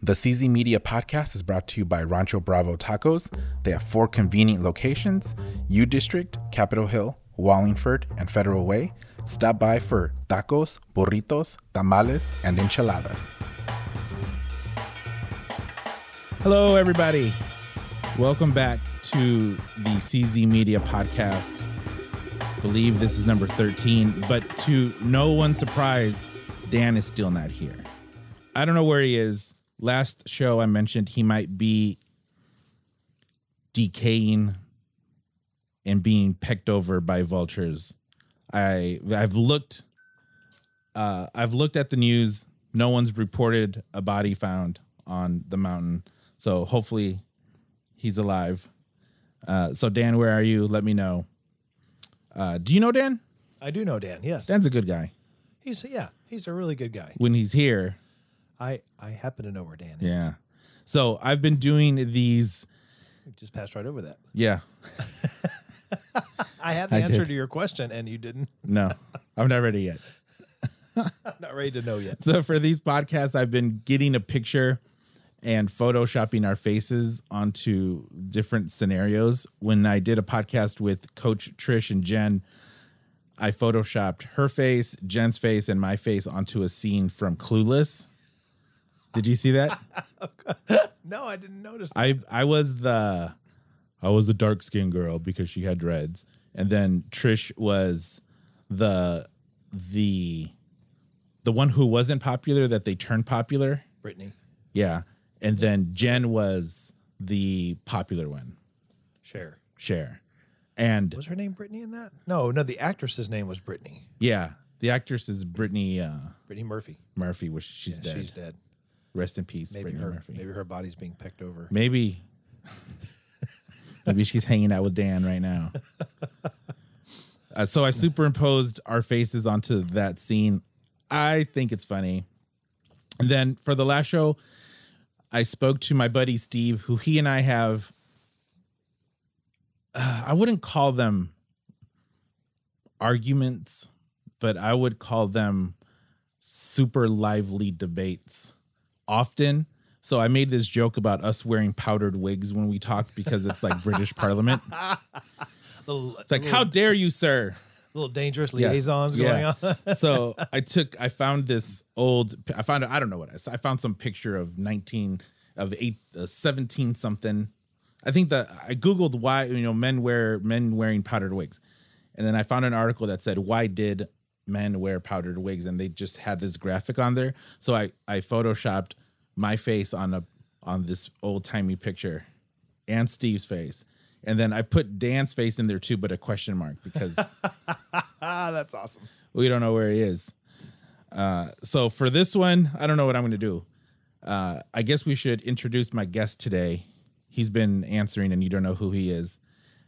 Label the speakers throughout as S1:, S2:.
S1: The CZ Media podcast is brought to you by Rancho Bravo Tacos. They have four convenient locations U District, Capitol Hill, Wallingford, and Federal Way. Stop by for tacos, burritos, tamales, and enchiladas. Hello, everybody. Welcome back to the CZ Media podcast. believe this is number 13, but to no one's surprise, Dan is still not here. I don't know where he is. Last show I mentioned he might be decaying and being pecked over by vultures. I I've looked uh, I've looked at the news. No one's reported a body found on the mountain. So hopefully he's alive. Uh, so Dan, where are you? Let me know. Uh, do you know Dan?
S2: I do know Dan. Yes,
S1: Dan's a good guy.
S2: he's yeah, he's a really good guy.
S1: When he's here,
S2: I I happen to know where Dan is.
S1: yeah. So I've been doing these.
S2: We just passed right over that.
S1: Yeah,
S2: I had the
S3: I
S2: answer
S3: did.
S2: to your question, and you didn't.
S1: no, I'm not ready yet.
S2: I'm not ready to know yet.
S1: So for these podcasts, I've been getting a picture and photoshopping our faces onto different scenarios. When I did a podcast with Coach Trish and Jen, I photoshopped her face, Jen's face, and my face onto a scene from Clueless. Did you see that?
S2: No, I didn't notice. That.
S1: I I was the I was the dark skinned girl because she had dreads. And then Trish was the the the one who wasn't popular that they turned popular.
S2: Brittany,
S1: Yeah. And then Jen was the popular one,
S2: Cher.
S1: Cher. And
S2: Was her name Brittany in that? No, no. The actress's name was Brittany.
S1: yeah, the actress is Brittany uh,
S2: Brittany Murphy.
S1: Murphy, which she's
S2: Yeah,
S1: dead.
S2: She's dead.
S1: Rest in peace,
S2: Maybe
S1: Brittany
S2: her.
S1: Murphy.
S2: Maybe her body's being pecked over.
S1: Maybe. Maybe she's hanging out with Dan right now. Uh, so I superimposed our faces onto that scene. I think it's funny. And then for the last show, I spoke to my buddy Steve, who he and I have. Uh, I wouldn't call them arguments, but I would call them super lively debates often. So I made this joke about us wearing powdered wigs when we talk because it's like British Parliament. It's
S2: Little,
S1: like,
S2: little,
S1: how dare you, sir?
S2: little dangerous
S1: Yeah.
S2: liaisons going
S1: Yeah.
S2: on.
S1: so I took, I found this old, I found, I don't know what it is. I found some picture of 19, of eight, uh, 17 something. I think that I Googled why, you know, men wear, men wearing powdered wigs. And then I found an article that said, why did men wear powdered wigs? And they just had this graphic on there. So I, I photoshopped my face on a, on this old timey picture and Steve's face. And then I put Dan's face in there too, but a question mark because
S2: ah, that's awesome.
S1: we don't know where he is. Uh, so for this one, I don't know what I'm going to do. Uh, I guess we should introduce my guest today. He's been answering, and you don't know who he is.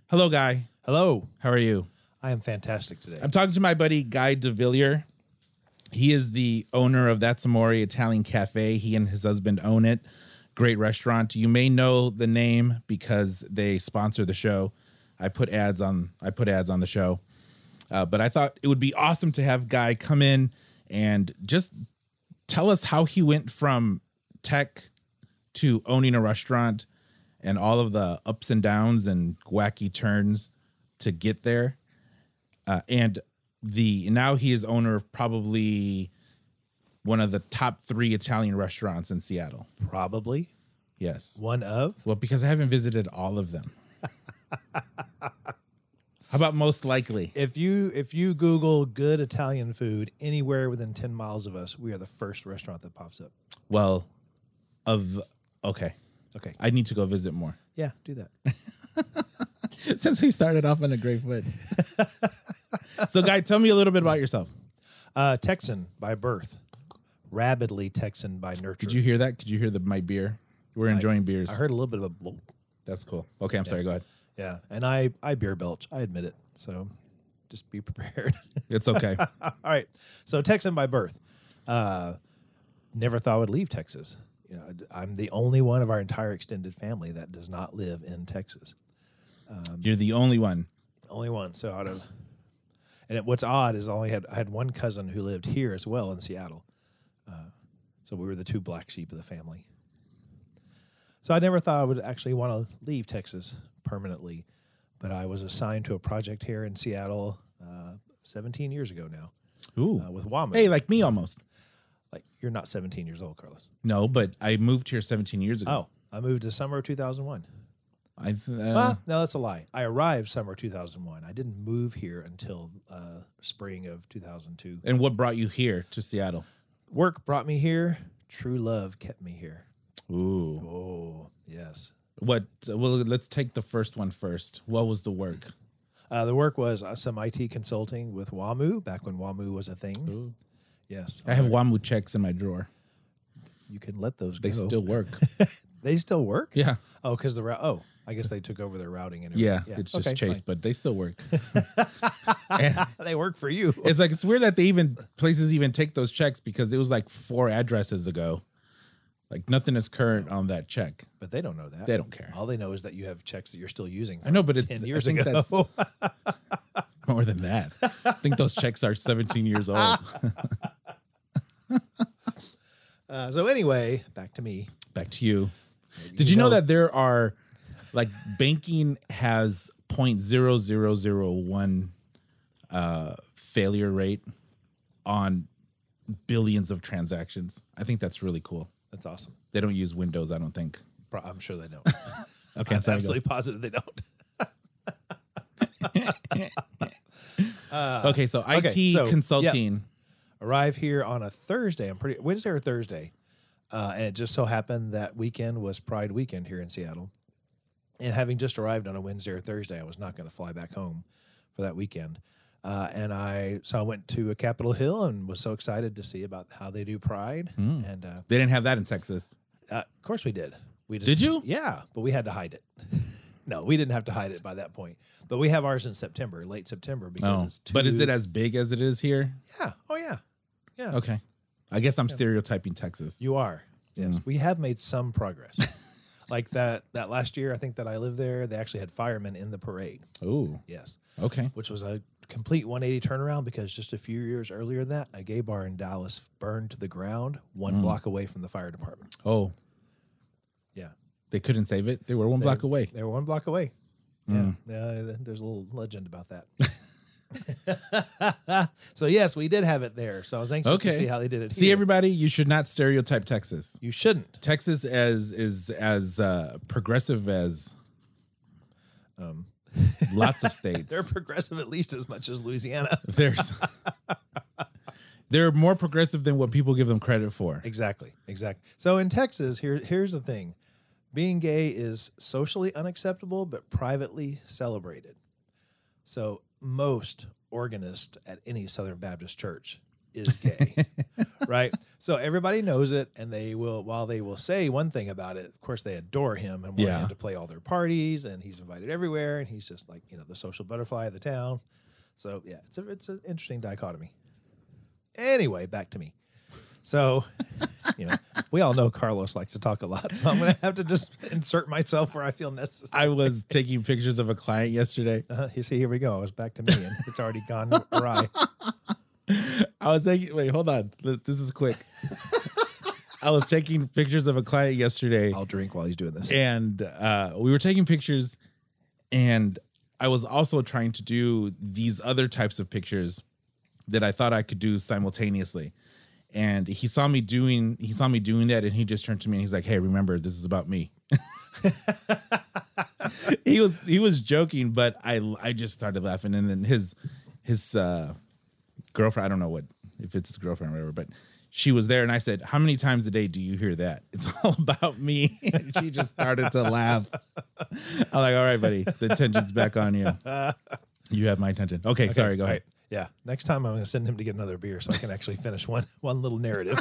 S1: Hello, guy.
S2: Hello,
S1: How are you?
S2: I am fantastic today.
S1: I'm talking to my buddy Guy DeVillier. He is the owner of That's Amore Italian Cafe. He and his husband own it. Great restaurant. You may know the name because they sponsor the show. I put ads on I put ads on the show. Uh, but I thought it would be awesome to have Guy come in and just tell us how he went from tech to owning a restaurant and all of the ups and downs and wacky turns to get there uh, and the now he is owner of probably one of the top three Italian restaurants in Seattle.
S2: Probably
S1: Yes.
S2: one of.
S1: Well, because I haven't visited all of them. How about most likely?
S2: if you if you Google good Italian food anywhere within ten miles of us, we are the first restaurant that pops up.
S1: Well, of okay,
S2: Okay,
S1: I need to go visit more.
S2: yeah, do that.
S1: Since we started off on a great foot. so, guy, tell me a little bit about yourself.
S2: Uh, Texan by birth, rabidly Texan by nurture.
S1: Did you hear that? Could you hear the my beer? We're enjoying beers.
S2: I heard a little bit of a bloop.
S1: That's cool. Okay, I'm sorry. Go ahead.
S2: yeah, and I I beer belch. I admit it. So just be prepared.
S1: It's okay.
S2: All right, so Texan by birth. Uh, never thought I would leave Texas. You know, I'm the only one of our entire extended family that does not live in Texas.
S1: You're the only one.
S2: Only one. So out of, and it, what's odd is I only had I had one cousin who lived here as well in Seattle, uh, so we were the two black sheep of the family. So I never thought I would actually want to leave Texas permanently, but I was assigned to a project here in Seattle uh, 17 years ago now
S1: Ooh.
S2: uh, with WAMU.
S1: Hey, like me almost.
S2: Like you're not 17 years old, Carlos.
S1: No, but I moved here 17 years ago.
S2: Oh, I moved to summer of 2001.
S1: I th- uh,
S2: Well, Um, no, that's a lie. I arrived summer 2001. I didn't move here until uh, spring of 2002.
S1: and what brought you here to Seattle?
S2: Work brought me here. True love kept me here.
S1: Ooh.
S2: Oh, yes.
S1: What? Well, let's take the first one first. What was the work?
S2: Uh, the work was uh, some IT consulting with WAMU back when WAMU was a thing. Yes,
S1: I have WAMU checks in my drawer.
S2: you can let those
S1: They
S2: go.
S1: still work.
S2: they still work.
S1: yeah.
S2: Oh, because the route. Oh, I guess they took over their routing and
S1: Yeah.
S2: everything.
S1: It's just
S2: Okay,
S1: Chase, but they still work. And
S2: fine. they work for you.
S1: it's like, it's weird that they even, places even take those checks because it was like four addresses ago. Like nothing is current on that check.
S2: but they don't know that.
S1: They don't care.
S2: All they know is that you have checks that you're still using.
S1: I know, but it,
S2: ten
S1: I
S2: years
S1: think
S2: ago.
S1: that's more than that. I think those checks are 17 years old.
S2: Uh, so anyway, back to me.
S1: Back to you. Did you know, that there are like banking has 0.0001 uh, failure rate on billions of transactions? I think that's really cool.
S2: That's awesome.
S1: They don't use Windows, I don't think.
S2: Pro- I'm sure they don't.
S1: Okay,
S2: I'm
S1: so I go-
S2: absolutely positive they don't.
S1: okay, so IT
S2: okay, so, yeah.
S1: consulting.
S2: Arrive here on a Thursday. I'm pretty Wednesday or Thursday, uh, and it just so happened that weekend was Pride weekend here in Seattle. And having just arrived on a Wednesday or Thursday, I was not going to fly back home for that weekend. Uh, and I so I went to Capitol Hill and was so excited to see about how they do Pride.
S1: Hmm.
S2: And uh,
S1: They didn't have that in Texas.
S2: Uh, of course we did. We just,
S1: Did you?
S2: Yeah, but we had to hide it. no, we didn't have to hide it by that point. But we have ours in September, late September, because
S1: Oh,
S2: it's too,
S1: but is it as big as it is here?
S2: yeah. Oh yeah, yeah.
S1: Okay. I guess I'm stereotyping Texas.
S2: You are. Yes, we have made some progress. like that that last year, I think that I lived there. They actually had firemen in the parade.
S1: Oh,
S2: Yes,
S1: okay.
S2: which was a complete 180 turnaround because just a few years earlier than that, a gay bar in Dallas burned to the ground one
S1: Mm.
S2: block away from the fire department.
S1: Oh,
S2: Yeah.
S1: they couldn't save it. They were one block away.
S2: They were one block away.
S1: Mm.
S2: Yeah, yeah. th- There's a little legend about that. so yes, we did have it there. So I was anxious to
S1: Okay.
S2: see how they did it.
S1: See,
S2: here.
S1: everybody, you should not stereotype Texas.
S2: you shouldn't.
S1: Texas as is as uh, progressive as lots of states.
S2: They're progressive at least as much as Louisiana.
S1: There's they're more progressive than what people give them credit for.
S2: Exactly. Exactly. So in Texas, here here's the thing: being gay is socially unacceptable, but privately celebrated. So most organist at any Southern Baptist church is gay, right? So everybody knows it, and they will. While they will say one thing about it, of course they adore him and want
S1: Yeah.
S2: him to play all their parties, and he's invited everywhere, and he's just like you know the social butterfly of the town. So yeah, it's a it's an interesting dichotomy. Anyway, back to me. So, you know, we all know Carlos likes to talk a lot, so I'm going to have to just insert myself where I feel necessary.
S1: I was taking pictures of a client yesterday.
S2: Uh, you see, here we go. I was back to me, and it's already gone awry.
S1: I was taking wait, hold on. Th- This is quick. I was taking pictures of a client yesterday.
S2: I'll drink while he's doing this.
S1: and uh, we were taking pictures and i was also trying to do these other types of pictures that i thought i could do simultaneously and he saw me doing he saw me doing that and he just turned to me and he's like hey remember this is about me he was he was joking but i i just started laughing and then his his uh girlfriend i don't know what if it's his girlfriend or whatever but she was there and i said how many times a day do you hear that it's all about me and she just started to laugh i'm like all right buddy the tension's back on you you have my attention okay, sorry go
S2: All
S1: ahead
S2: right. Yeah. Next time, I'm going to send him to get another beer so I can actually finish one one little narrative.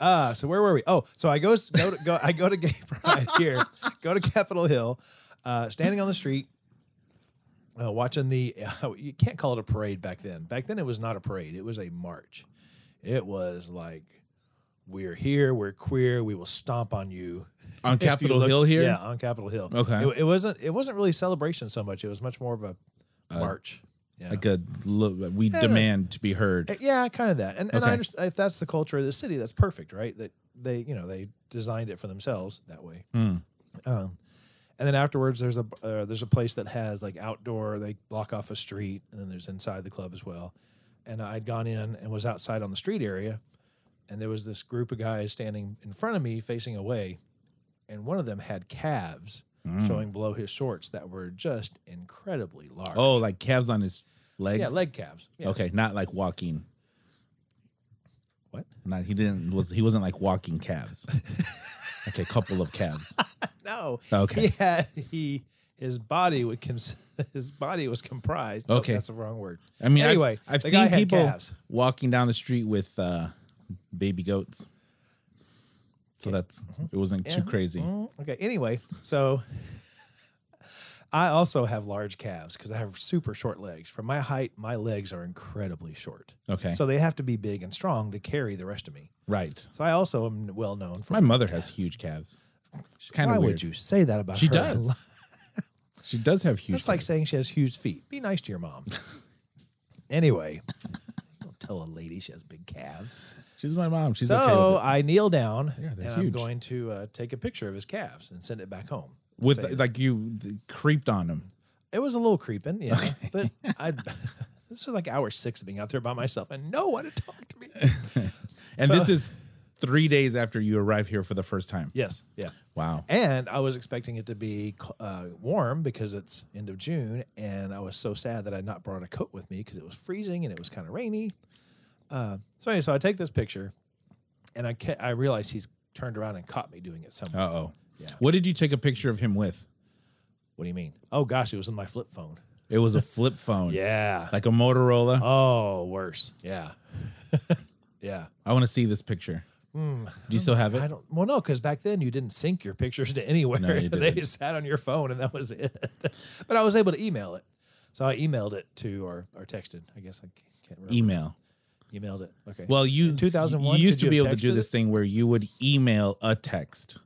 S2: uh, so where were we? Oh, so I go, s- go, to, go I go to Gay Pride here, go to Capitol Hill, uh, standing on the street, uh, watching the. Uh, you can't call it a parade back then. Back then, it was not a parade. It was a march. It was like, we're here, we're queer, we will stomp on you.
S1: on
S2: If you
S1: capitol
S2: look-
S1: hill here
S2: Yeah, on Capitol Hill.
S1: Okay.
S2: It, it wasn't. It wasn't really celebration so much. It was much more of a
S1: Uh,
S2: march. Yeah.
S1: like a lo- we
S2: I don't-
S1: demand to be heard
S2: yeah, kind of that. And, and I
S1: Okay.
S2: understand if that's the culture of the city, that's perfect, right? That they you know they designed it for themselves that way.
S1: Mm.
S2: Um, and then afterwards, there's a uh, there's a place that has like outdoor. They block off a street, and then there's inside the club as well. And I'd gone in and was outside on the street area, and there was this group of guys standing in front of me, facing away, and one of them had calves
S1: Mm.
S2: showing below his shorts that were just incredibly large.
S1: Oh, like calves on his legs.
S2: yeah, leg calves. Yeah.
S1: Okay, not like walking.
S2: What?
S1: Not he didn't was he wasn't like walking calves. like a couple of calves.
S2: No.
S1: Okay.
S2: He had he his body would cons- his body was comprised. nope,
S1: Okay.
S2: that's the wrong word.
S1: I mean, I've-
S2: Anyway,
S1: I've,
S2: the guy
S1: seen
S2: had
S1: people
S2: calves.
S1: walking down the street with uh, baby goats. So that's it wasn't too
S2: Mm-hmm. Yeah.
S1: crazy.
S2: Mm, okay. Anyway, so I also have large calves because I have super short legs. For my height, my legs are incredibly short,
S1: Okay,
S2: so they have to be big and strong to carry the rest of me.
S1: right.
S2: So I also am well known for
S1: My mother has huge calves. She's kind
S2: Why
S1: of weird.
S2: would you say that about
S1: She
S2: her?
S1: does. she does have huge.
S2: That's like saying she has huge feet. Be nice to your mom. anyway, don't tell a lady she has big calves.
S1: calves. she's my mom. She's
S2: so
S1: okay
S2: I kneel down
S1: Yeah,
S2: and
S1: they're
S2: I'm
S1: huge.
S2: going to uh, take a picture of his calves and send it back home.
S1: with it.
S2: Say
S1: with
S2: that.
S1: like you th- creeped on him.
S2: it was a little creeping, yeah. But I this was like hour six of being out there by myself and no one had talked to me.
S1: And
S2: So-
S1: this is three days after you arrive here for the first time.
S2: yes, yeah.
S1: Wow.
S2: And I was expecting it to be uh, warm because it's end of June, and I was so sad that I had not brought a coat with me because it was freezing and it was kind of rainy. Uh, so anyway, so I take this picture, and I ca- I realize he's turned around and caught me doing it
S1: Uh
S2: somewhere.
S1: oh.
S2: Yeah.
S1: What did you take a picture of him with?
S2: What do you mean? Oh gosh, it was in my flip phone.
S1: It was a flip phone.
S2: Yeah.
S1: Like a Motorola.
S2: Oh, worse. Yeah. yeah. Hmm.
S1: I want to see this picture. Do you still have
S2: I
S1: it?
S2: don't. Well, no, because back then you didn't sync your pictures to anywhere.
S1: No, you
S2: they
S1: didn't.
S2: just sat on your phone, and that was it. but I was able to email it, so I emailed it to or or texted. I guess I can't remember.
S1: Email.
S2: emailed it. Okay.
S1: Well, you
S2: 2001,
S1: You used
S2: could
S1: to
S2: you
S1: be
S2: have
S1: able to do
S2: texted
S1: this
S2: it?
S1: thing where you would email a text.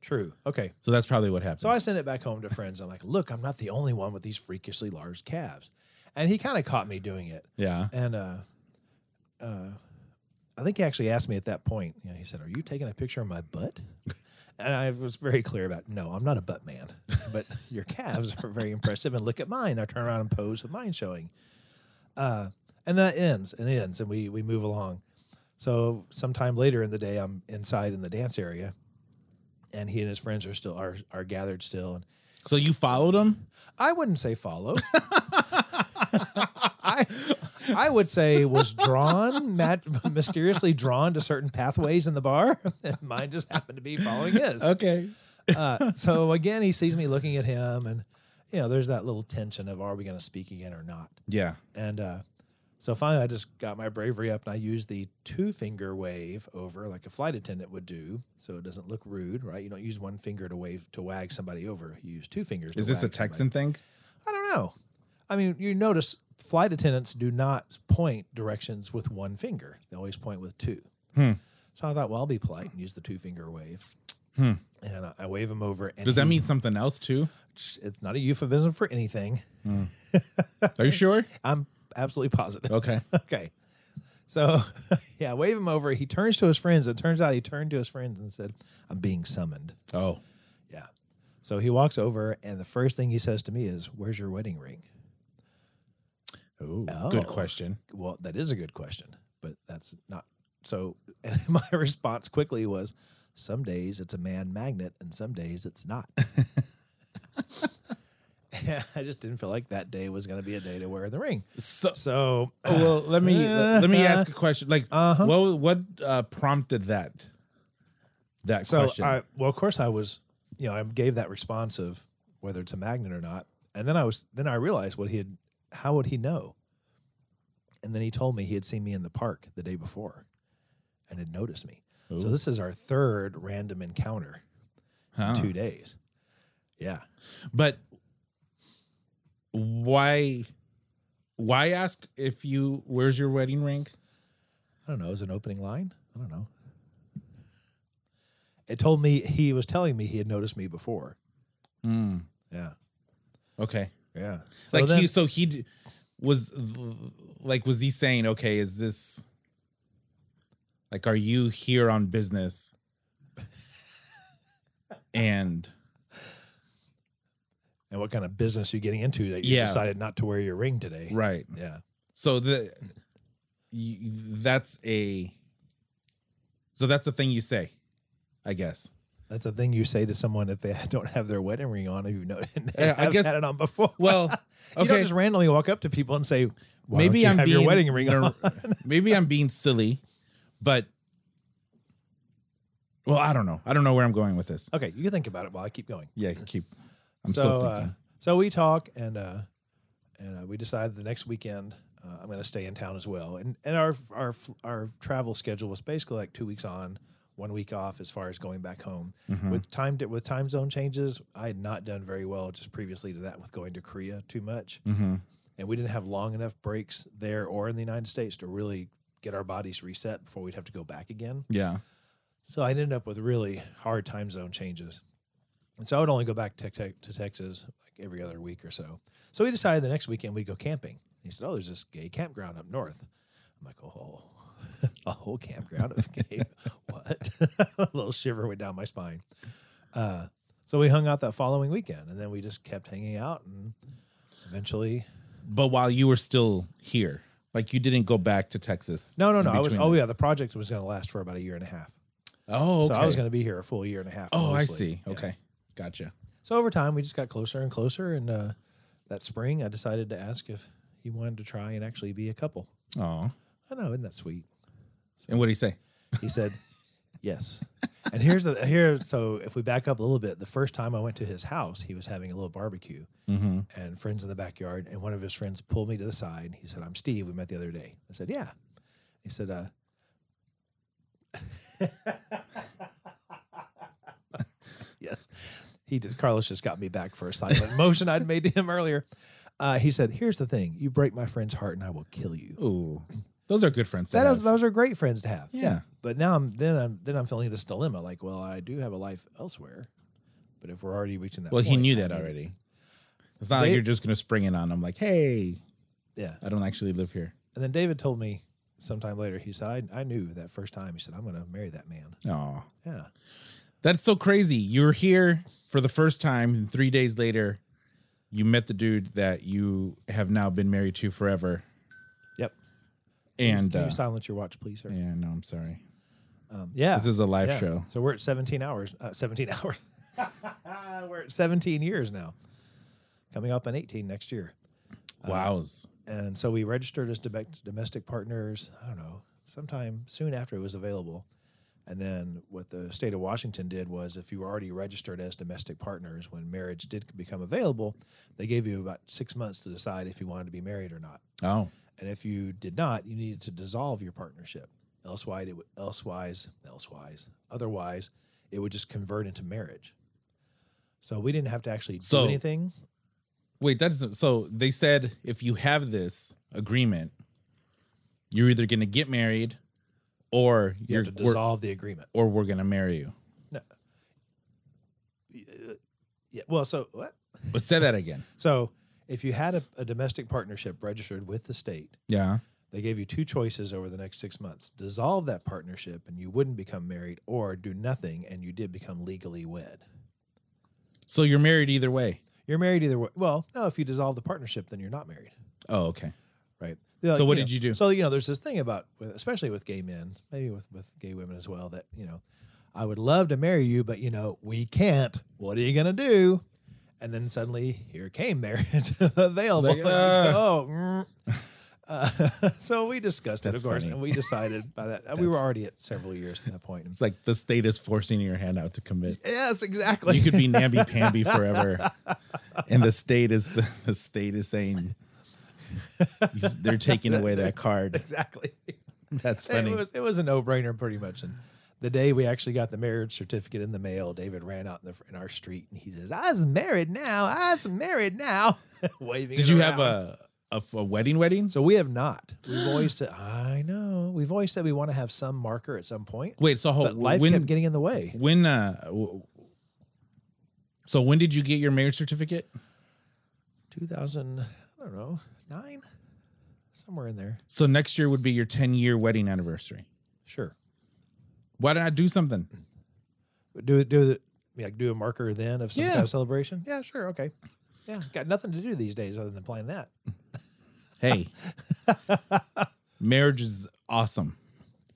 S2: true. Okay.
S1: So that's probably what happened.
S2: So I sent it back home to friends. I'm like, look, I'm not the only one with these freakishly large calves, and he kind of caught me doing it.
S1: yeah.
S2: And uh, uh, I think he actually asked me at that point. You know, he said, "Are you taking a picture of my butt?" And I was very clear about, "No, I'm not a butt man, but your calves are very impressive." And look at mine. I turn around and pose with mine showing. Uh, and that ends and ends, and we we move along. So sometime later in the day, I'm inside in the dance area, and he and his friends are still are are gathered still, and
S1: So you followed him?
S2: I wouldn't say follow. I I would say was drawn, mat- mysteriously drawn to certain pathways in the bar. And mine just happened to be following his.
S1: Okay.
S2: Uh, so again, he sees me looking at him, and you know, there's that little tension of are we going to speak again or not?
S1: Yeah.
S2: And uh, so finally, I just got my bravery up, and I used the two finger wave over, like a flight attendant would do, so it doesn't look rude, right? You don't use one finger to wave to wag somebody over. You use two fingers. to
S1: Is this a
S2: wag somebody.
S1: Texan thing?
S2: I don't know. I mean, you notice flight attendants do not point directions with one finger. They always point with two.
S1: Hmm.
S2: So I thought, well, I'll be polite and use the two finger wave.
S1: Hmm.
S2: And I- I wave him over. And
S1: Does that
S2: he-
S1: mean something else too?
S2: it's not a euphemism for anything?
S1: Are you sure?
S2: I'm absolutely positive.
S1: Okay.
S2: okay. So, yeah, wave him over. He turns to his friends. It turns out he turned to his friends and said, I'm being summoned.
S1: Oh.
S2: Yeah. So he walks over, and the first thing he says to me is, Where's your wedding ring?
S1: Ooh,
S2: Oh.
S1: Good question.
S2: well, that is a good question, but that's not so. And my response quickly was, some days it's a man magnet, and some days it's not. I just didn't feel like that day was going to be a day to wear the ring.
S1: So
S2: So,
S1: Oh, well, let me let, let me
S2: Uh,
S1: ask a question. Like,
S2: uh-huh.
S1: what what uh, prompted that that
S2: so
S1: question?
S2: I, well, of course, I was, you know, I gave that response of whether it's a magnet or not, and then I was, then I realized what he had. How would he know? And then he told me he had seen me in the park the day before, and had noticed me. So
S1: Ooh.
S2: this is our third random encounter
S1: Huh.
S2: in two days. Yeah.
S1: But why why ask if you where's your wedding ring?
S2: I don't know. Is it an opening line? I don't know. It told me he was telling me he had noticed me before.
S1: Hmm.
S2: Yeah.
S1: Okay,
S2: Yeah. So
S1: like
S2: then,
S1: he so he d- was like was he saying okay is this like are you here on business and
S2: And what kind of business you getting into that you
S1: Yeah.
S2: decided not to wear your ring today?
S1: right.
S2: Yeah.
S1: So the y- that's a so that's the thing you say, I guess.
S2: That's a thing you say to someone if they don't have their wedding ring on. If you know, and they
S1: Yeah, I
S2: have
S1: guess-
S2: had it on before.
S1: Well,
S2: you don't
S1: okay.
S2: just randomly walk up to people and say, Why
S1: maybe
S2: maybe don't you
S1: I'm
S2: have
S1: being
S2: your wedding ring
S1: ner-
S2: on?"
S1: maybe I'm being silly, but well, I don't know. I don't know where I'm going with this.
S2: Okay, you can think about it while I keep going.
S1: Yeah, keep. I'm
S2: so,
S1: still
S2: uh,
S1: thinking.
S2: so we talk, and uh, and uh, we decide the next weekend uh, I'm going to stay in town as well. And and our our our travel schedule was basically like two weeks on, one week off as far as going back home.
S1: Mhm.
S2: With time di- with time zone changes, I had not done very well just previously to that with going to Korea too much,
S1: Mhm.
S2: and we didn't have long enough breaks there or in the United States to really get our bodies reset before we'd have to go back again.
S1: Yeah.
S2: So I ended up with really hard time zone changes. And so I would only go back to, Tex- to Texas like every other week or so. So we decided the next weekend we'd go camping. He said, Oh, there's this gay campground up north. I'm like, Oh, a whole campground of gay. what? a little shiver went down my spine. Uh, so we hung out that following weekend and then we just kept hanging out and eventually
S1: But while you were still here, like you didn't go back to Texas.
S2: no no
S1: in
S2: no I was
S1: between
S2: oh
S1: this.
S2: yeah the project was going to last for about a year and a half
S1: Oh, okay.
S2: so I was going to be here a full year and a half
S1: oh, I
S2: mostly.
S1: see.
S2: Yeah.
S1: Okay. Gotcha.
S2: So over time, we just got closer and closer. And uh, that spring, I decided to ask if he wanted to try and actually be a couple.
S1: Oh.
S2: I know, isn't that sweet?
S1: And what do you say?
S2: He said, yes. And here's the here. So if we back up a little bit, the first time I went to his house, he was having a little barbecue
S1: Mm-hmm.
S2: and friends in the backyard. And one of his friends pulled me to the side. He said, I'm Steve. We met the other day. I said, Yeah. He said, uh, Yes. He did. Carlos just got me back for a silent motion I'd made to him earlier. Uh, he said, Here's the thing you break my friend's heart and I will kill you.
S1: Ooh, those are good friends. to
S2: That
S1: have.
S2: is, those are great friends to have.
S1: Yeah.
S2: But now I'm then I'm then I'm feeling this dilemma like, well, I do have a life elsewhere. But if we're already reaching that
S1: well, he
S2: point,
S1: knew
S2: I
S1: that
S2: need-
S1: already. It's not like
S2: They-
S1: you're just gonna spring it on him. Like, hey,
S2: Yeah.
S1: I don't actually live here.
S2: And then David told me sometime later, he said, I, I knew that first time. He said, I'm going to marry that man.
S1: Oh,
S2: Yeah.
S1: that's so crazy. You were here for the first time, and three days later, you met the dude that you have now been married to forever.
S2: Yep.
S1: And
S2: Can
S1: uh,
S2: you silence your watch, please, sir?
S1: yeah, no, I'm sorry.
S2: Um, yeah.
S1: This is a live
S2: Yeah.
S1: show.
S2: So we're at 17 hours, uh, 17 hours. we're at 17 years now, coming up on 18 next year. Uh-huh.
S1: Wows.
S2: And so we registered as domec- domestic partners, I don't know, sometime soon after it was available. And then what the state of Washington did was if you were already registered as domestic partners when marriage did become available, they gave you about six months to decide if you wanted to be married or not.
S1: Oh,
S2: And if you did not, you needed to dissolve your partnership. Elsewise, it would, elsewise, elsewise, otherwise, it would just convert into marriage. So we didn't have to actually
S1: So-
S2: do anything.
S1: wait, that doesn't. So they said if you have this agreement, you're either gonna get married, or
S2: You
S1: you're
S2: have to
S1: we're-
S2: dissolve the agreement.
S1: or we're gonna marry you.
S2: uh, Yeah. Well, so what?
S1: But say that again.
S2: So if you had a, a domestic partnership registered with the state,
S1: Yeah.
S2: they gave you two choices over the next six months dissolve that partnership and you wouldn't become married, or do nothing and you did become legally wed.
S1: So you're married either way.
S2: You're married either way. Well, no, if you dissolve the partnership, then you're not married.
S1: Oh, okay.
S2: right?
S1: So what did you do?
S2: So you know, there's this thing about, with- especially with gay men, maybe with with gay women as well, that you know, I would love to marry you, but you know, we can't. What are you gonna do? And then suddenly, here came marriage available.
S1: Like,
S2: And you
S1: uh.
S2: go, oh, mm. Uh, so we discussed it, of
S1: That's
S2: course,
S1: funny.
S2: and we decided by that we were already at several years at that point.
S1: It's like the state is forcing your hand out to commit.
S2: Yes, exactly.
S1: You could be namby pamby forever, and the state is the state is saying they're taking away that card.
S2: exactly.
S1: That's
S2: It
S1: funny.
S2: was it was a no brainer pretty much. And the day we actually got the marriage certificate in the mail, David ran out in, the, in our street and he says, "I's married now. I's married now." Waving.
S1: Did
S2: it
S1: you have
S2: around.
S1: a, a a wedding wedding?
S2: So we have not. We've always said, "I know." We've always said we want to have some marker at some point,
S1: Wait, so
S2: but
S1: hold,
S2: life
S1: when
S2: kept getting in the way.
S1: when uh, w- so when did you get your marriage certificate?
S2: Two thousand, I don't know, nine, somewhere in there.
S1: So next year would be your ten year wedding anniversary.
S2: Sure.
S1: Why did I do something?
S2: Do do the yeah, do a marker then of some
S1: Yeah.
S2: kind of celebration. Yeah, sure, okay. Yeah, got nothing to do these days other than playing that.
S1: Hey, marriage is awesome.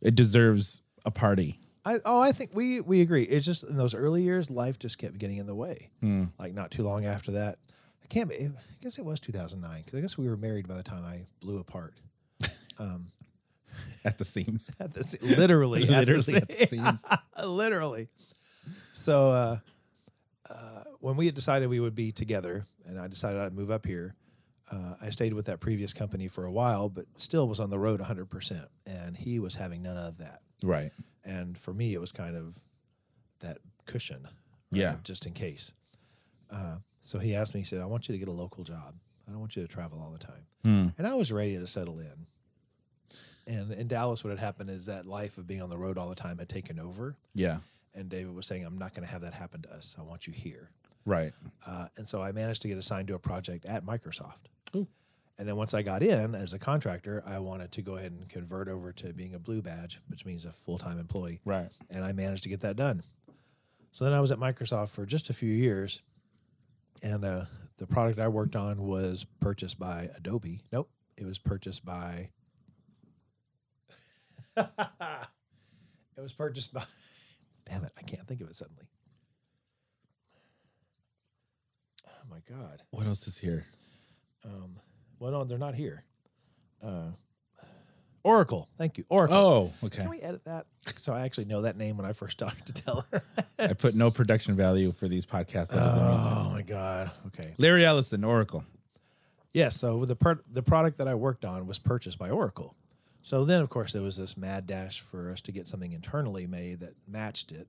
S1: It deserves a party.
S2: I oh, I think we we agree. It's just in those early years, life just kept getting in the way.
S1: Hmm.
S2: Like not too long after that, I can't. be- I guess it was 2009 because I guess we were married by the time I blew apart. Um,
S1: At the seams.
S2: at the se- literally,
S1: Literally
S2: at
S1: at
S2: the
S1: the
S2: seams. literally. So uh, uh, when we had decided we would be together, and I decided I'd move up here, uh, I stayed with that previous company for a while, but still was on the road 100, percent and he was having none of that.
S1: Right.
S2: And for me, it was kind of that cushion,
S1: Yeah.
S2: just in case. Uh, so he asked me, he said, "I want you to get a local job. I don't want you to travel all the time."
S1: Hmm.
S2: and I was ready to settle in. And in Dallas, what had happened is that life of being on the road all the time had taken over.
S1: Yeah.
S2: And David was saying, I'm not going to have that happen to us. I want you here.
S1: Right.
S2: Uh, and so I managed to get assigned to a project at Microsoft.
S1: Ooh.
S2: And then once I got in as a contractor, I wanted to go ahead and convert over to being a blue badge, which means a full time employee.
S1: Right.
S2: And I managed to get that done. So then I was at Microsoft for just a few years. And uh, the product I worked on was purchased by Adobe. Nope, it was purchased by. it was purchased by. Damn it, I can't think of it suddenly. Oh my God.
S1: What else is here?
S2: Um, well, no, they're not here. Uh, Oracle. Thank you. Oracle.
S1: Oh, okay.
S2: Can we edit that? So I actually know that name when I first started to tell her.
S1: I put no production value for these podcasts other than music.
S2: oh my god. Okay.
S1: Larry Ellison, Oracle.
S2: Yeah. So the per- the product that I worked on was purchased by Oracle. So then, of course, there was this mad dash for us to get something internally made that matched it.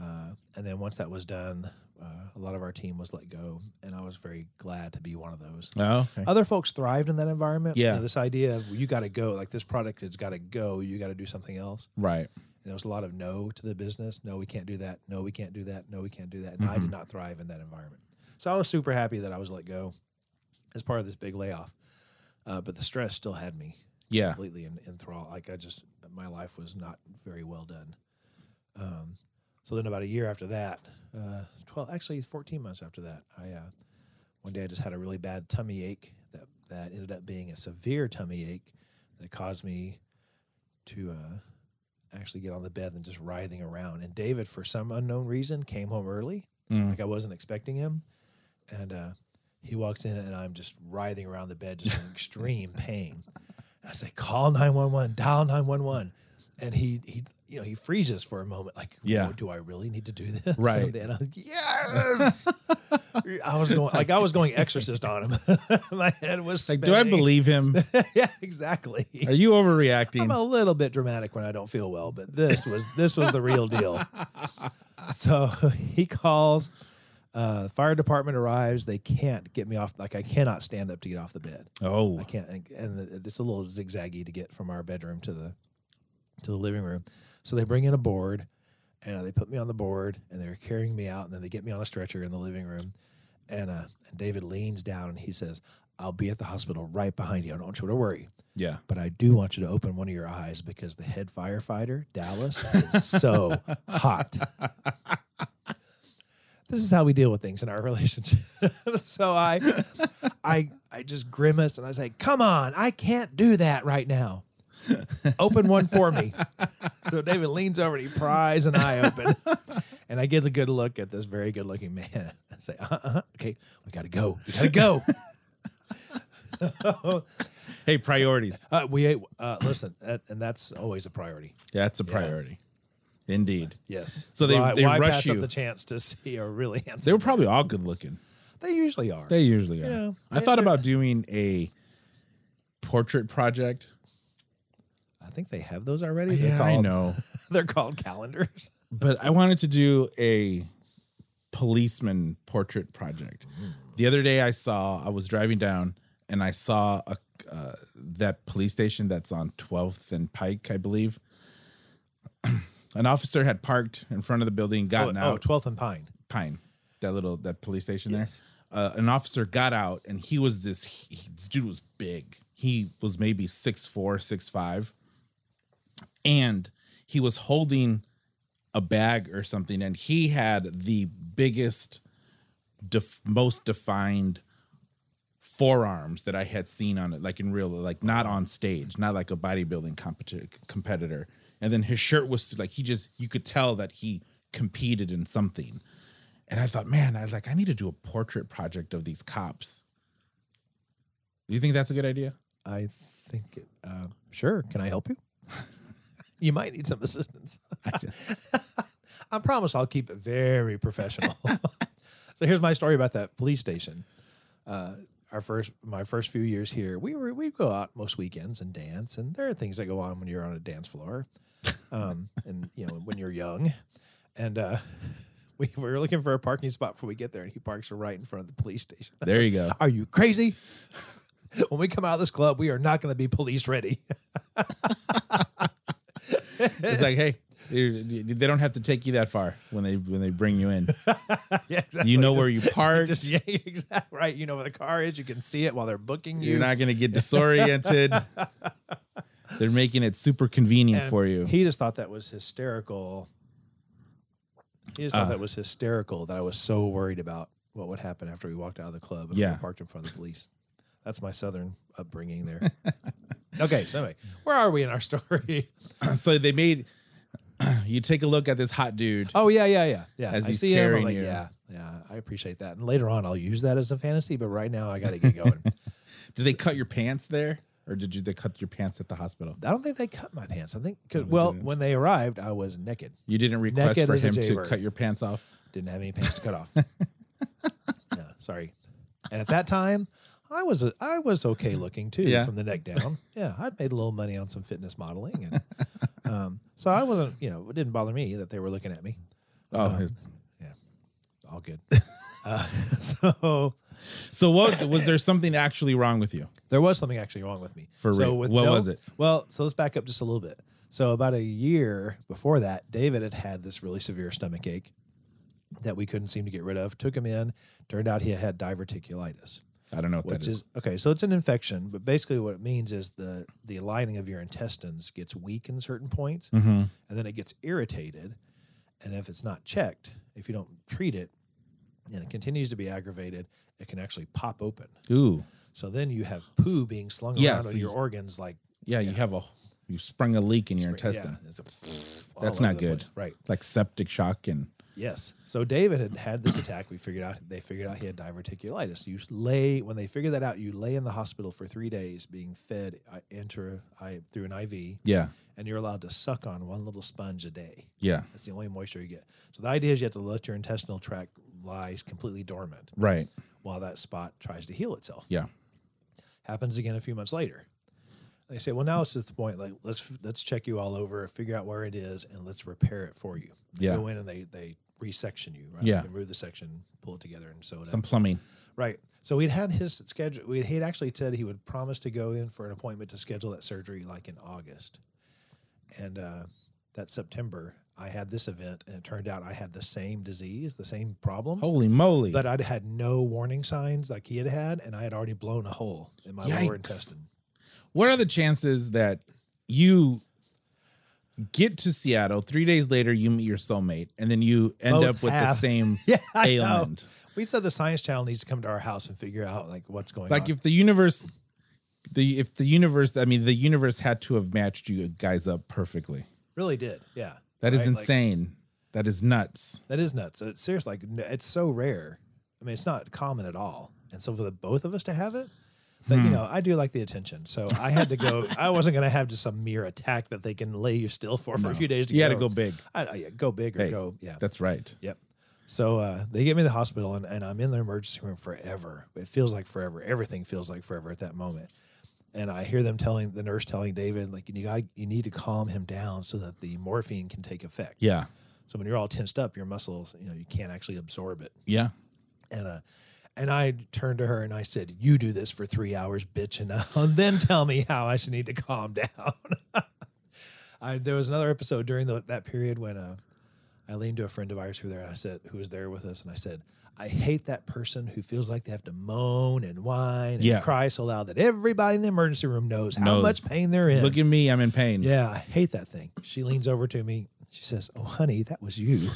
S2: Uh, and then once that was done, uh, a lot of our team was let go, and I was very glad to be one of those.
S1: Oh, okay.
S2: Other folks thrived in that environment. You
S1: Yeah.
S2: know, this idea of you got to go, like this product has got to go. You got to do something else.
S1: right.
S2: And there was a lot of no to the business. No, we can't do that. No, we can't do that. No, we can't do that. And I did not thrive in that environment. So I was super happy that I was let go as part of this big layoff. Uh, but the stress still had me
S1: Yeah.
S2: completely in, in thrall. Like I just, my life was not very well done. Um, so then about a year after that, uh, 12, actually 14 months after that, I, uh, one day I just had a really bad tummy ache that, that ended up being a severe tummy ache that caused me to, uh, actually get on the bed and just writhing around. And David, for some unknown reason, came home early.
S1: Mm.
S2: Like I wasn't expecting him. And uh, he walks in and I'm just writhing around the bed, just in extreme pain. I say, call 911, dial 911. And he, he, you know, he freezes for a moment, like,
S1: Yeah.
S2: "Whoa, do I really need to do this?
S1: Right.
S2: And then I'm like, yes. I was going, like, I was going exorcist on him. My head was
S1: Like, do I
S2: spinning.
S1: believe him?
S2: yeah, exactly.
S1: Are you overreacting?
S2: I'm a little bit dramatic when I don't feel well, but this was this was the real deal. So he calls, uh, fire department arrives. They can't get me off. Like I cannot stand up to get off the bed.
S1: oh,
S2: I can't, and- and it's a little zigzaggy to get from our bedroom to the to the living room. So they bring in a board, and uh, they put me on the board, and they're carrying me out, and then they get me on a stretcher in the living room, and uh, and David leans down and he says, "I'll be at the hospital right behind you. I don't want you to worry."
S1: yeah.
S2: but I do want you to open one of your eyes because the head firefighter, Dallas, is so hot. This is how we deal with things in our relationship. so I I I just grimace and I say, "Come on, I can't do that right now. Open one for me." So David leans over and he pries an eye open. And I get a good look at this very good looking man. I say, uh uh, okay, we gotta go. We gotta go.
S1: Hey, priorities.
S2: Uh, we uh, listen, that, and that's always a priority.
S1: Yeah, that's a priority. Indeed.
S2: Yes.
S1: So they-
S2: why,
S1: they
S2: why
S1: rush
S2: pass up
S1: you.
S2: the chance to see a really handsome?
S1: They were probably all good looking.
S2: They usually are.
S1: They usually are.
S2: know,
S1: I
S2: they-
S1: thought
S2: they're-
S1: about doing a portrait project.
S2: I think they have those already. They're
S1: Yeah,
S2: called,
S1: I know.
S2: They're called calendars.
S1: But I wanted to do a policeman portrait project. The other day I saw, I was driving down and I saw a, uh, that police station that's on 12th and Pike, I believe. An officer had parked in front of the building,
S2: Oh,
S1: gotten
S2: oh,
S1: out.
S2: 12th and Pine.
S1: Pine, that little that police station
S2: Yes.
S1: there. Uh, an officer got out, and he was this. He, he- this dude was big. He was maybe six four, six five, and he was holding a bag or something, and he had the biggest, def- most defined forearms that I had seen on it, like in real, like not on stage, not like a bodybuilding competi- competitor. And then his shirt was like he just you could tell that he competed in something. And I thought, man, I was like, I need to do a portrait project of these cops. Do you think that's a good idea?
S2: I think it. Uh, sure. Can I help you? you might need some assistance.
S1: I just-
S2: I promise I'll keep it very professional. so here's my story about that police station. Uh, our first, my first few years here, we were we'd go out most weekends and dance, and there are things that go on when you're on a dance floor, um, and you know when you're young, and uh, we were looking for a parking spot before we get there, and he parks right in front of the police station.
S1: there you go.
S2: Are you crazy? when we come out of this club, we are not going to be police ready.
S1: It's like, hey, you- you- they don't have to take you that far when they when they bring you in.
S2: yeah, exactly.
S1: You know
S2: Just-
S1: where you parked.
S2: Just yeah, exactly right. You know where the car is. You can see it while they're booking you.
S1: You're not going to get disoriented. They're making it super convenient
S2: And
S1: for you.
S2: He just thought that was hysterical. He
S1: Uh.
S2: just thought that was hysterical that I was so worried about what would happen after we walked out of the club and
S1: Yeah.
S2: we parked in front of the police. That's my southern upbringing there. okay, so anyway, where are we in our story?
S1: so they made you take a look at this hot dude.
S2: Oh yeah, yeah, yeah, yeah.
S1: As
S2: I
S1: he's
S2: see him. I'm
S1: carrying
S2: like,
S1: you.
S2: yeah, yeah. I appreciate that. And later on, I'll use that as a fantasy. But right now, I got to get going.
S1: Did they cut your pants there, or did you they cut your pants at the hospital?
S2: I don't think they cut my pants. I think 'cause-
S1: No, Oh, they
S2: well,
S1: didn't.
S2: when they arrived, I was naked.
S1: You didn't request
S2: Naked
S1: for
S2: as a
S1: him to
S2: jaybird.
S1: cut your pants off.
S2: Didn't have any pants to cut off. yeah, sorry. And at that time, I was I was okay looking too
S1: Yeah.
S2: from the neck down. Yeah, I'd made a little money on some fitness modeling, and um, so I wasn't. You know, it didn't bother me that they were looking at me.
S1: Oh,
S2: Um,
S1: it's-
S2: All good. uh, so
S1: so what was there something actually wrong with you?
S2: There was something actually wrong with me.
S1: For
S2: so
S1: real.
S2: with
S1: What
S2: no-
S1: was it?
S2: Well, so let's back up just a little bit. So about a year before that, David had had this really severe stomach ache that we couldn't seem to get rid of. Took him in. Turned out he had diverticulitis,
S1: I don't know what
S2: which
S1: that is.
S2: is okay. So it's an infection, but basically what it means is the the lining of your intestines gets weak in certain points,
S1: hmm
S2: and then it gets irritated. And if it's not checked, if you don't treat it, and it continues to be aggravated, it can actually pop open.
S1: Ooh,
S2: So then you have poo being slung
S1: Yeah,
S2: around
S1: so
S2: on your
S1: you-
S2: organs like
S1: yeah, you have a you sprung a leak in your intestine,
S2: Yeah, it's a- all
S1: That's
S2: over
S1: not
S2: the place.
S1: good.
S2: Right.
S1: like septic shock and
S2: Yes. So David had had this attack. We figured out they figured out he had diverticulitis. You lay when they figure that out, you lay in the hospital for three days being fed uh, intra I, through an IV,
S1: yeah,
S2: and you're allowed to suck on one little sponge a day.
S1: yeah,
S2: That's the only moisture you get. So the idea is you have to let your intestinal tract lies completely dormant
S1: right,
S2: while that spot tries to heal itself.
S1: yeah,
S2: happens again a few months later. They say, well, now it's at the point like let's let's check you all over, figure out where it is, and let's repair it for you. They
S1: Yeah.
S2: go in and they they resection you, right?
S1: Yeah.
S2: They remove the section, pull it together, and sew it
S1: some
S2: up.
S1: plumbing.
S2: Right. So we'd had his schedule. We he'd actually said he would promise to go in for an appointment to schedule that surgery like in August, and uh, that September I had this event, and it turned out I had the same disease, the same problem.
S1: Holy moly!
S2: But I'd had no warning signs like he had had, and I had already blown a hole in my
S1: Yikes.
S2: lower intestine.
S1: what are the chances that you get to Seattle three days later, you meet your soulmate, and then you end
S2: Both
S1: up with
S2: have.
S1: the same
S2: Yeah, I know.
S1: ailment?
S2: We said the science channel needs to come to our house and figure out like what's going
S1: Like
S2: on.
S1: if the universe, the if the universe, I mean, the universe had to have matched you guys up perfectly.
S2: really did, yeah.
S1: That is
S2: Right? Like,
S1: insane. that is nuts.
S2: that is nuts. It's serious. Like n- it's so rare. I mean, it's not common at all. And so for the both of us to have it, but
S1: Hmm.
S2: you know, I do like the attention. So I had to go. I wasn't going to have just some mere attack that they can lay you still for for a few days. To
S1: You
S2: get
S1: got to
S2: over.
S1: go big.
S2: I, I- yeah, go big or
S1: Hey.
S2: go. Yeah.
S1: That's right.
S2: Yep. So uh, they get me to the hospital, and, and I'm in the emergency room forever. It feels like forever. Everything feels like forever at that moment. And I hear them telling the nurse telling David, like, you got you need to calm him down so that the morphine can take effect.
S1: Yeah.
S2: So when you're all tensed up, your muscles, you know, you can't actually absorb it.
S1: Yeah.
S2: And uh, and I turned to her and I said, "You do this for three hours, bitch, and, uh, and then tell me how I should need to calm down." I, there was another episode during the, that period when uh, I leaned to a friend of ours who were there and I said, who was there with us, and I said, "I hate that person who feels like they have to moan and whine and
S1: Yeah.
S2: cry so loud that everybody in the emergency room knows how
S1: Knows.
S2: much pain they're in."
S1: Look at me. I'm in pain.
S2: yeah, I hate that thing. She leans over to me. She says, "Oh, honey, that was you."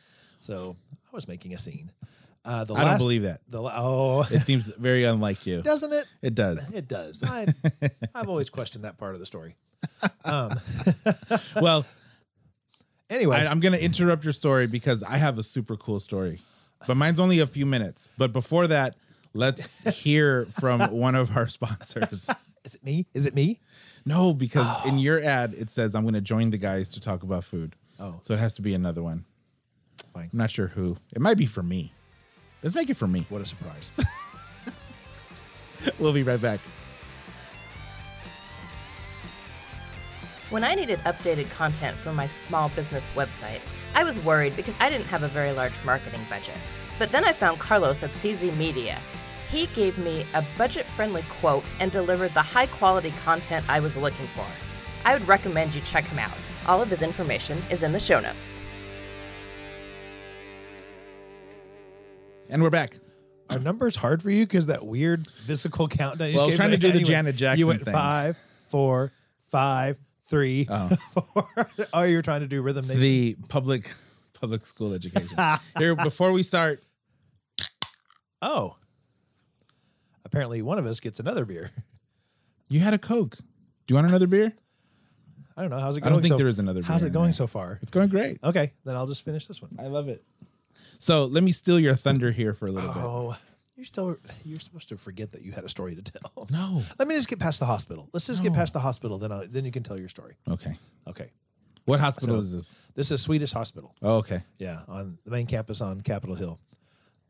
S2: so I was making a scene. Uh, the
S1: I
S2: last,
S1: don't believe that.
S2: the la- oh,
S1: It seems very unlike you.
S2: doesn't it?
S1: It does.
S2: It does. I, I've always questioned that part of the story. Um,
S1: Well,
S2: anyway,
S1: I, I'm going to interrupt your story because I have a super cool story, but mine's only a few minutes. But before that, let's hear from one of our sponsors.
S2: is it me? Is it me?
S1: No, because in your ad it says I'm going to join the guys to talk about food.
S2: Oh.
S1: so it has to be another one.
S2: Fine.
S1: I'm not sure who. It might be for me. Let's make it for me.
S2: What a surprise.
S1: We'll be right back.
S3: When I needed updated content for my small business website, I was worried because I didn't have a very large marketing budget. But then I found Carlos at CZ Media. He gave me a budget friendly quote and delivered the high quality content I was looking for. I would recommend you check him out. All of his information is in the show notes.
S1: And we're back.
S2: Are numbers hard for you because that weird physical countdown? You
S1: Well, I was
S2: just gave
S1: trying
S2: me-
S1: to do the
S2: you went-
S1: Janet Jackson
S2: You went
S1: thing.
S2: five, four, five, three,
S1: Oh.
S2: four. Oh, you were trying to do rhythm
S1: It's
S2: nation.
S1: the public public school education. Here before we start,
S2: oh, apparently one of us gets another beer.
S1: you had a Coke. Do you want another beer?
S2: I don't know how's it
S1: I
S2: going.
S1: don't think
S2: so-
S1: there is another
S2: How's
S1: beer
S2: it
S1: in
S2: going
S1: there.
S2: so far?
S1: It's going great.
S2: Okay, then I'll just finish this one.
S1: I love it. So let me steal your thunder here for a little bit.
S2: Oh, you're still you're supposed to forget that you had a story to tell.
S1: No.
S2: Let me just get past the hospital. Let's just get past the hospital, then I'll, then you can tell your story.
S1: Okay.
S2: Okay,
S1: What hospital
S2: So-
S1: is this?
S2: this is Swedish Hospital.
S1: Oh, okay.
S2: Yeah, on the main campus on Capitol Hill.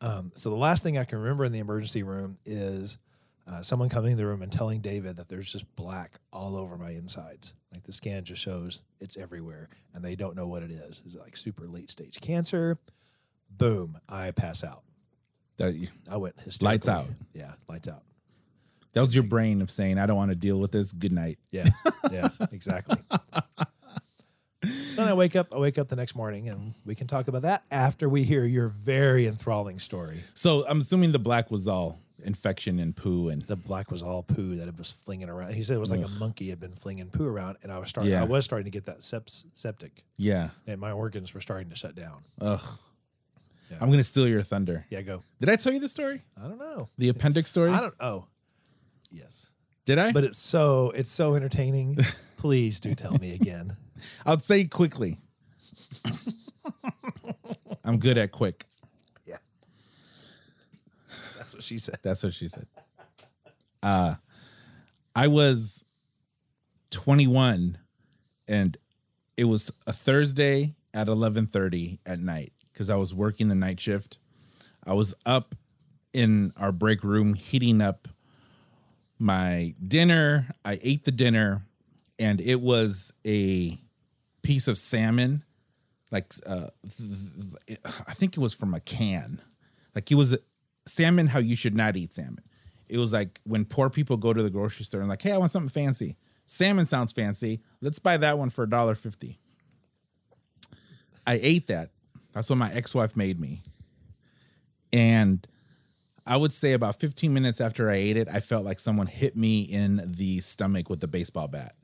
S2: Um, so the last thing I can remember in the emergency room is uh, someone coming in the room and telling David that there's just black all over my insides. Like the scan just shows it's everywhere, and they don't know what it is. Is it like super late stage cancer? Boom! I pass out.
S1: That you-
S2: I went hysterical.
S1: Lights out.
S2: Yeah, lights out.
S1: That was your brain of saying, I don't want to deal with this. Good night.
S2: Yeah, yeah, exactly. so then I wake up. I wake up the next morning, and we can talk about that after we hear your very enthralling story.
S1: So I'm assuming the black was all infection and poo and
S2: The black was all poo that it was flinging around. He said it was like a monkey had been flinging poo around, and I was starting.
S1: Yeah.
S2: I was starting to get that seps, septic,
S1: yeah.
S2: and my organs were starting to shut down.
S1: Ugh.
S2: Yeah.
S1: I'm gonna steal your thunder.
S2: Yeah, go.
S1: Did I tell you the story?
S2: I don't know.
S1: The appendix story?
S2: I don't. Oh, yes.
S1: Did I?
S2: But it's so it's so entertaining. Please do tell me again.
S1: I'll say quickly. I'm good at quick.
S2: Yeah, that's what she said.
S1: That's what she said. Uh I was 21 and it was a Thursday at 11:30 at night cuz I was working the night shift. I was up in our break room heating up my dinner. I ate the dinner and it was a piece of salmon like uh th- th- I think it was from a can. Like it was salmon how you should not eat salmon. It was like when poor people go to the grocery store and like, "Hey, I want something fancy. Salmon sounds fancy. Let's buy that one for $1.50." I ate that. That's what my ex-wife made me. And I would say about 15 minutes after I ate it, I felt like someone hit me in the stomach with a baseball bat.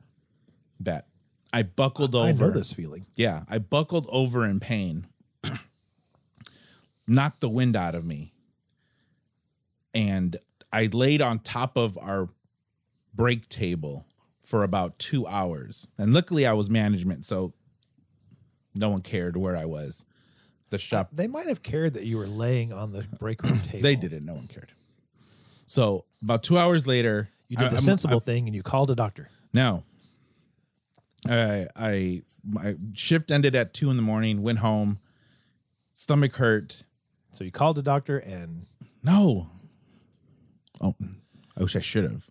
S1: Bat. I buckled over.
S2: I know this feeling.
S1: Yeah, I buckled over in pain, knocked the wind out of me, and I laid on top of our break table for about two hours. And luckily, I was management, so no one cared where I was. The shop
S2: They might have cared that you were laying on the break room table.
S1: they didn't. No one cared. So about two hours later,
S2: You did
S1: I-
S2: the
S1: I'm-
S2: sensible thing and you called a doctor.
S1: No. I I my shift ended at two in the morning. Went home. Stomach hurt.
S2: So you called a doctor and
S1: No. Oh, I wish I should have.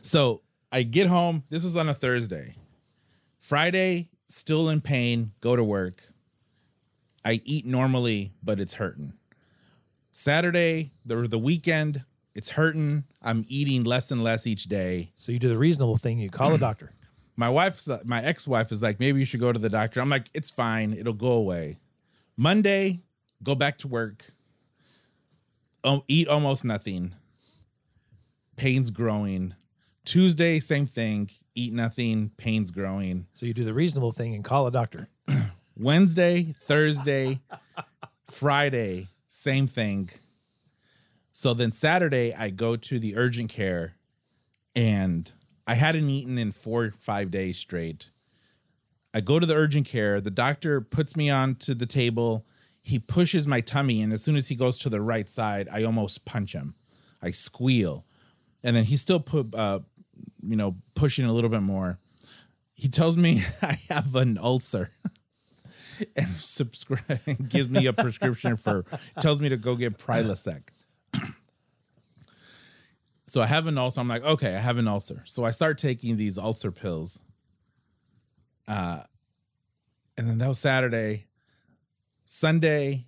S1: So I get home. This was on a Thursday. Friday, still in pain. Go to work. I eat normally, but it's hurting. Saturday, the the weekend, it's hurting. I'm eating less and less each day
S2: so you do the reasonable thing. You call a doctor.
S1: my wife's my ex-wife is like maybe you should go to the doctor i'm like it's fine it'll go away monday go back to work um, eat almost nothing pain's growing tuesday same thing eat nothing, pain's growing.
S2: So you do the reasonable thing and call a doctor.
S1: Wednesday, Thursday, Friday, same thing. So then Saturday, I go to the urgent care and I hadn't eaten in four, five days straight. I go to the urgent care. The doctor puts me onto the table. He pushes my tummy. And as soon as he goes to the right side, I almost punch him. I squeal. And then he's still put, uh, you know, pushing a little bit more. He tells me I have an ulcer and subscribe gives me a prescription for tells me to go get Prilosec. so I have an ulcer. I'm like, okay, I have an ulcer. So I start taking these ulcer pills. Uh and then that was Saturday. Sunday,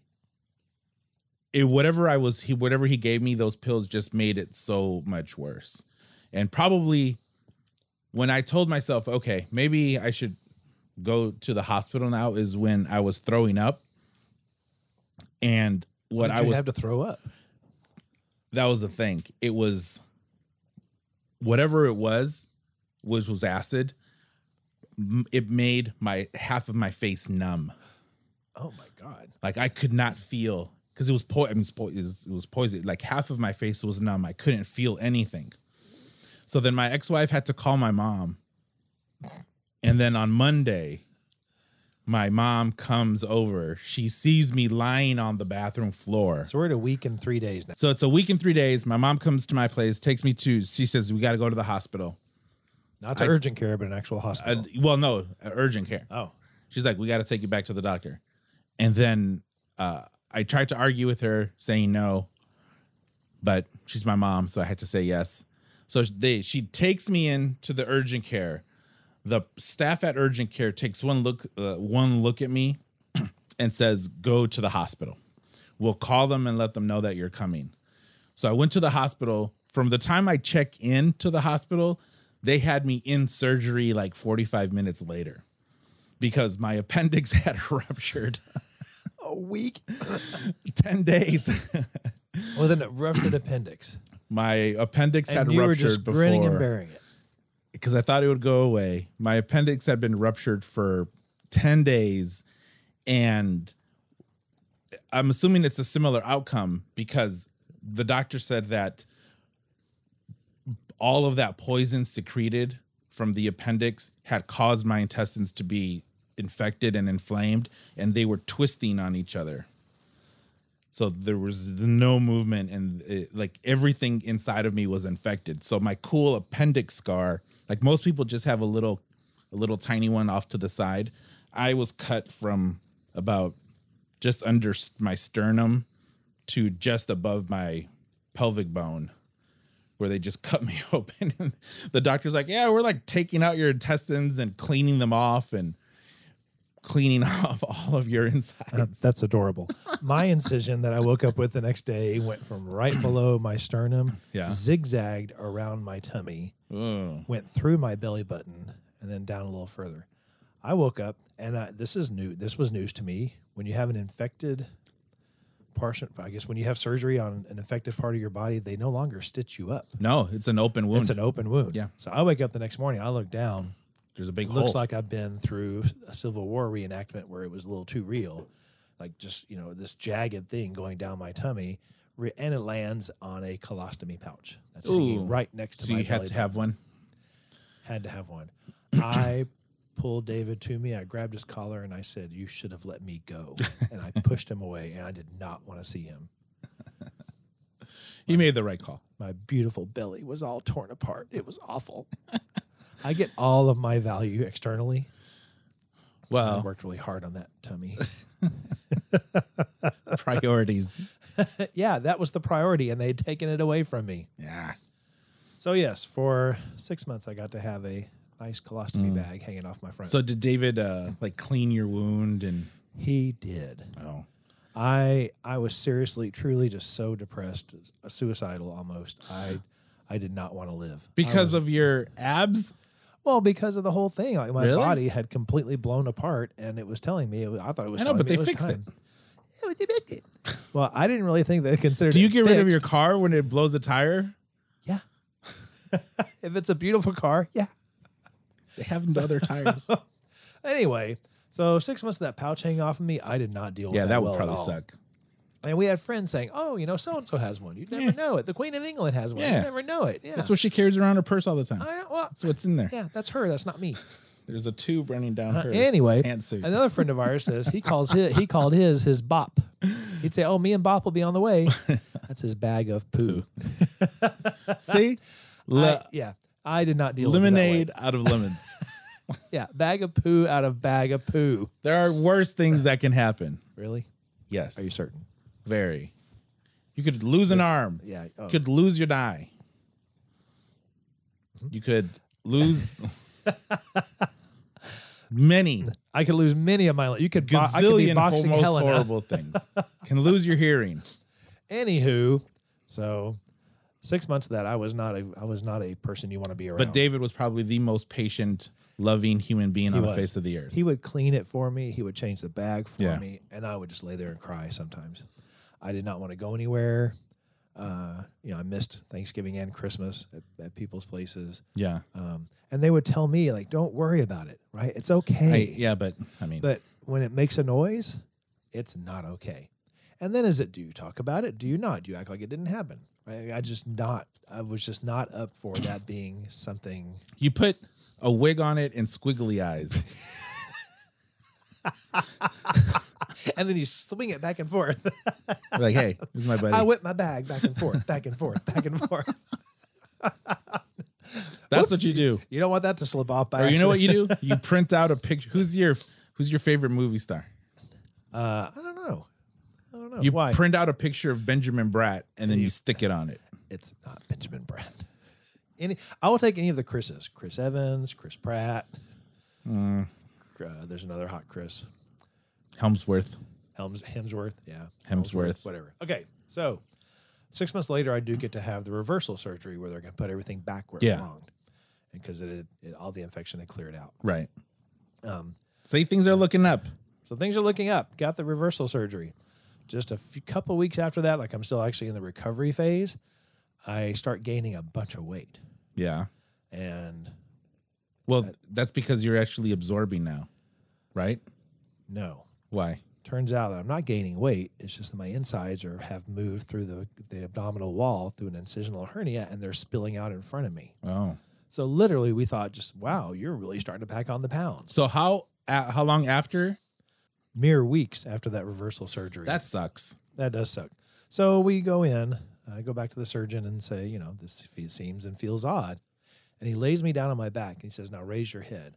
S1: it whatever I was he whatever he gave me, those pills just made it so much worse. And probably when I told myself, okay, maybe I should go to the hospital now is when I was throwing up. And what
S2: Did
S1: I
S2: you
S1: was
S2: have to throw up.
S1: that was the thing. It was whatever it was, which was acid. m- It made my half of my face numb.
S2: Oh my god.
S1: Like I could not feel because it was po- I mean, it's po- it was- it was poison. Like half of my face was numb. I couldn't feel anything. So then my ex-wife had to call my mom. And then on Monday, my mom comes over. She sees me lying on the bathroom floor.
S2: So we're at a week and three days now.
S1: So it's a week and three days. My mom comes to my place, takes me to. She says we got to go to the hospital.
S2: Not to urgent care, but an actual
S1: Uh,
S2: hospital.
S1: well, no, uh, urgent care.
S2: oh,
S1: She's like, we got to take you back to the doctor. And then uh, I tried to argue with her, saying no, but she's my mom, so I had to say yes. So they, she takes me in to the urgent care. The staff at urgent care takes one look, uh, one look at me, and says, "Go to the hospital. We'll call them and let them know that you're coming." So I went to the hospital. From the time I check in to the hospital, they had me in surgery like 45 minutes later because my appendix had ruptured
S2: a week
S1: 10 days.
S2: with an ruptured appendix,
S1: My appendix
S2: and
S1: had
S2: you were
S1: ruptured
S2: just grinning and
S1: before
S2: bearing it.
S1: because I thought it would go away. My appendix had been ruptured for 10 days. And I'm assuming it's a similar outcome because the doctor said that all of that poison secreted from the appendix had caused my intestines to be infected and inflamed, and they were twisting on each other. So there was no movement, and it, like everything inside of me was infected. So my cool appendix scar, like most people, just have a little, a little tiny one off to the side. I was cut from about just under s- my sternum to just above my pelvic bone where they just cut me open. And the doctor's like, "Yeah, we're like taking out your intestines and cleaning them off and cleaning off all of your insides."
S2: That's adorable. my incision that I woke up with the next day went from right below my sternum,
S1: Yeah.
S2: zigzagged around my tummy,
S1: Ugh.
S2: went through my belly button, and then down a little further. I woke up, and I, this is new. This was news to me. When you have an infected portion, I guess when you have surgery on an infected part of your body, they no longer stitch you up.
S1: No, it's an open wound.
S2: It's an open wound.
S1: Yeah.
S2: So I wake up the next morning. I look down.
S1: There's a big
S2: It
S1: hole.
S2: looks like I've been through a Civil War reenactment where it was a little too real, like just you know this jagged thing going down my tummy, re- and it lands on a colostomy pouch. That's
S1: Ooh.
S2: hanging right next to
S1: so
S2: my
S1: you
S2: belly.
S1: had to have one.
S2: button. had to have one. I pulled David to me. I grabbed his collar and I said, "You should have let me go." And I pushed him away, and I did not want to see him.
S1: You made the right call.
S2: My beautiful belly was all torn apart. It was awful. I get all of my value externally. I
S1: Well,
S2: worked really hard on that tummy.
S1: priorities.
S2: yeah, that was the priority, and they had taken it away from me.
S1: Yeah.
S2: So yes, for six months, I got to have a nice colostomy bag hanging off my front.
S1: Mm. So did David uh like clean your wound and
S2: he did.
S1: oh
S2: I I was seriously, truly, just so depressed, suicidal almost. I I did not want to live
S1: because of your abs?
S2: well because of the whole thing. Like my
S1: Really?
S2: body had completely blown apart, and it was telling me. It was, I thought it was.
S1: I know,
S2: telling
S1: but
S2: me
S1: they
S2: was
S1: fixed it.
S2: time. Yeah, but they fixed it. Well, I didn't really think they considered.
S1: Do you
S2: it
S1: get rid of your
S2: fixed.
S1: car when it blows a tire?
S2: Yeah. if it's a beautiful car, yeah.
S1: They have no other tires.
S2: Anyway, so six months of that pouch hanging off of me, I did not deal with
S1: yeah,
S2: that
S1: that would
S2: well at
S1: probably
S2: all.
S1: suck.
S2: And we had friends saying, "Oh, you know, so and so has one. You'd never
S1: Yeah.
S2: know it. The Queen of England has one.
S1: Yeah.
S2: You'd never know it. Yeah,
S1: That's what she carries around her purse all the time.
S2: I, well,
S1: That's what's in there.
S2: yeah, that's her. That's not me.
S1: There's a tube running down her.
S2: anyway,
S1: pantsuit.
S2: another friend of ours says he calls his, he called his his bop. He'd say, "Oh, me and Bop will be on the way." That's his bag of poo.
S1: See, Le-
S2: I- yeah, I did not deal with it that way.
S1: lemonade out of lemons.
S2: Yeah, bag of poo out of bag of poo.
S1: there are worse things that can happen.
S2: Really?
S1: Yes.
S2: Are you certain?
S1: Very. You could lose an arm.
S2: Yeah. Oh.
S1: You could lose your eye. Mm-hmm. You could lose many
S2: I could lose many of my. li- You could. Bo- I could be
S1: gazillion
S2: boxing
S1: most
S2: Helena.
S1: horrible things. Can lose your hearing.
S2: Anywho, so six months of that, I was not a. I was not a person you want to be around.
S1: But David was probably the most patient, loving human being on
S2: was.
S1: the face of the earth.
S2: He would clean it for me. He would change the bag for
S1: Yeah.
S2: me, and I would just lay there and cry sometimes. I did not want to go anywhere. Uh, you know, I missed Thanksgiving and Christmas at, at people's places,
S1: yeah.
S2: um, and they would tell me like, "Don't worry about it, right? It's okay."
S1: I- yeah, but I mean,
S2: But when it makes a noise, it's not okay. And then is it do you talk about it? Do you not? Do you act like it didn't happen? Right? I just not. I was just not up for that being something.
S1: you put a wig on it and squiggly eyes.
S2: And then you swing it back and forth.
S1: like, hey, this is my buddy.
S2: I whip my bag back and forth, back and forth, back and forth.
S1: That's what you do.
S2: You don't want that to slip off by.
S1: Or you know what you do? You print out a picture. Who's your Who's your favorite movie star?
S2: Uh, I don't know. I don't know
S1: You
S2: why.
S1: print out a picture of Benjamin Bratt and then you stick it on it.
S2: it's not Benjamin Bratt. Any, I will take any of the Chris's. Chris Evans, Chris Pratt.
S1: Mm.
S2: Uh, there's another hot Chris.
S1: Helmsworth.
S2: Helms Hemsworth, yeah.
S1: Hemsworth.
S2: Whatever. Okay. So six months later I do get to have the reversal surgery where they're gonna put everything back where it
S1: Yeah.
S2: belonged. And because it, had- it all the infection had cleared out.
S1: Right.
S2: Um,
S1: Say things are looking up.
S2: so things are looking up. Got the reversal surgery. Just a few couple weeks after that, like I'm still actually in the recovery phase, I start gaining a bunch of weight.
S1: Yeah.
S2: And
S1: Well, that's because you're actually absorbing now, right?
S2: no.
S1: Why?
S2: Turns out that I'm not gaining weight. It's just that my insides are have moved through the, the abdominal wall through an incisional hernia and they're spilling out in front of me.
S1: Oh.
S2: So literally, we thought, just wow, you're really starting to pack on the pounds.
S1: So how uh, how long after?
S2: Mere weeks after that reversal surgery,
S1: That sucks.
S2: that does suck. So we go in, I go back to the surgeon and say, you know, this fe- seems and feels odd, and he lays me down on my back and he says, now raise your head.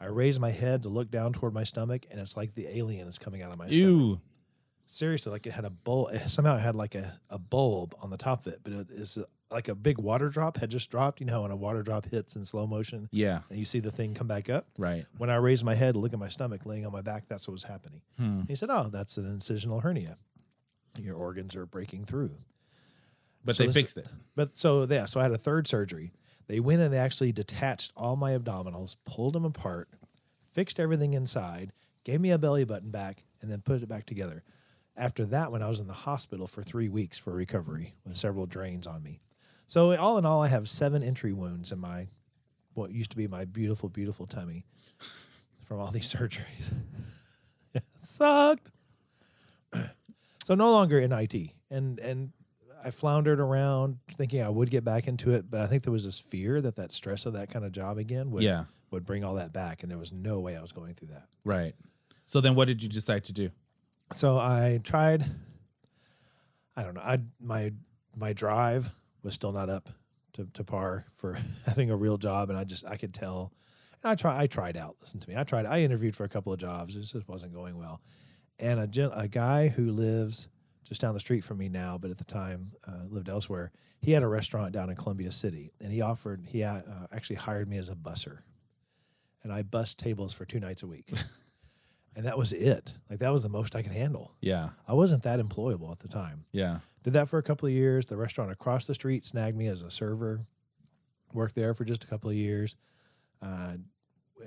S2: I raise my head to look down toward my stomach, and it's like the alien is coming out of my stomach.
S1: Ew.
S2: Seriously, like it had a bulb. Somehow it had like a, a bulb on the top of it, but it is uh, like a big water drop had just dropped. You know, how when a water drop hits in slow motion,
S1: Yeah.
S2: and you see the thing come back up.
S1: Right.
S2: When I raised my head to look at my stomach laying on my back, that's what was happening.
S1: Hmm.
S2: He said, Oh, that's an incisional hernia. Your organs are breaking through.
S1: But
S2: So
S1: they
S2: this-
S1: fixed it.
S2: But so, yeah, so I had a third surgery. They went and they actually detached all my abdominals, pulled them apart, fixed everything inside, gave me a belly button back, and then put it back together. After that, when I was in the hospital for three weeks for recovery with several drains on me. So, all in all, I have seven entry wounds in my what used to be my beautiful, beautiful tummy from all these surgeries. it sucked. So no longer in IT, and and I floundered around thinking I would get back into it, but I think there was this fear that that stress of that kind of job again would
S1: Yeah.
S2: would bring all that back, and there was no way I was going through that.
S1: Right. So then what did you decide to do?
S2: So I tried. I don't know. I my my drive was still not up to, to par for having a real job, and I just I could tell. And I try I tried out. Listen to me. I tried. I interviewed for a couple of jobs. It just wasn't going well. And a gen, a guy who lives just down the street from me now, but at the time uh, lived elsewhere. He had a restaurant down in Columbia City, and he offered he uh, actually hired me as a busser, and I bussed tables for two nights a week. And that was it. Like that was the most I could handle.
S1: Yeah.
S2: I wasn't that employable at the time.
S1: Yeah.
S2: Did that for a couple of years. The restaurant across the street snagged me as a server. Worked there for just a couple of years. Uh,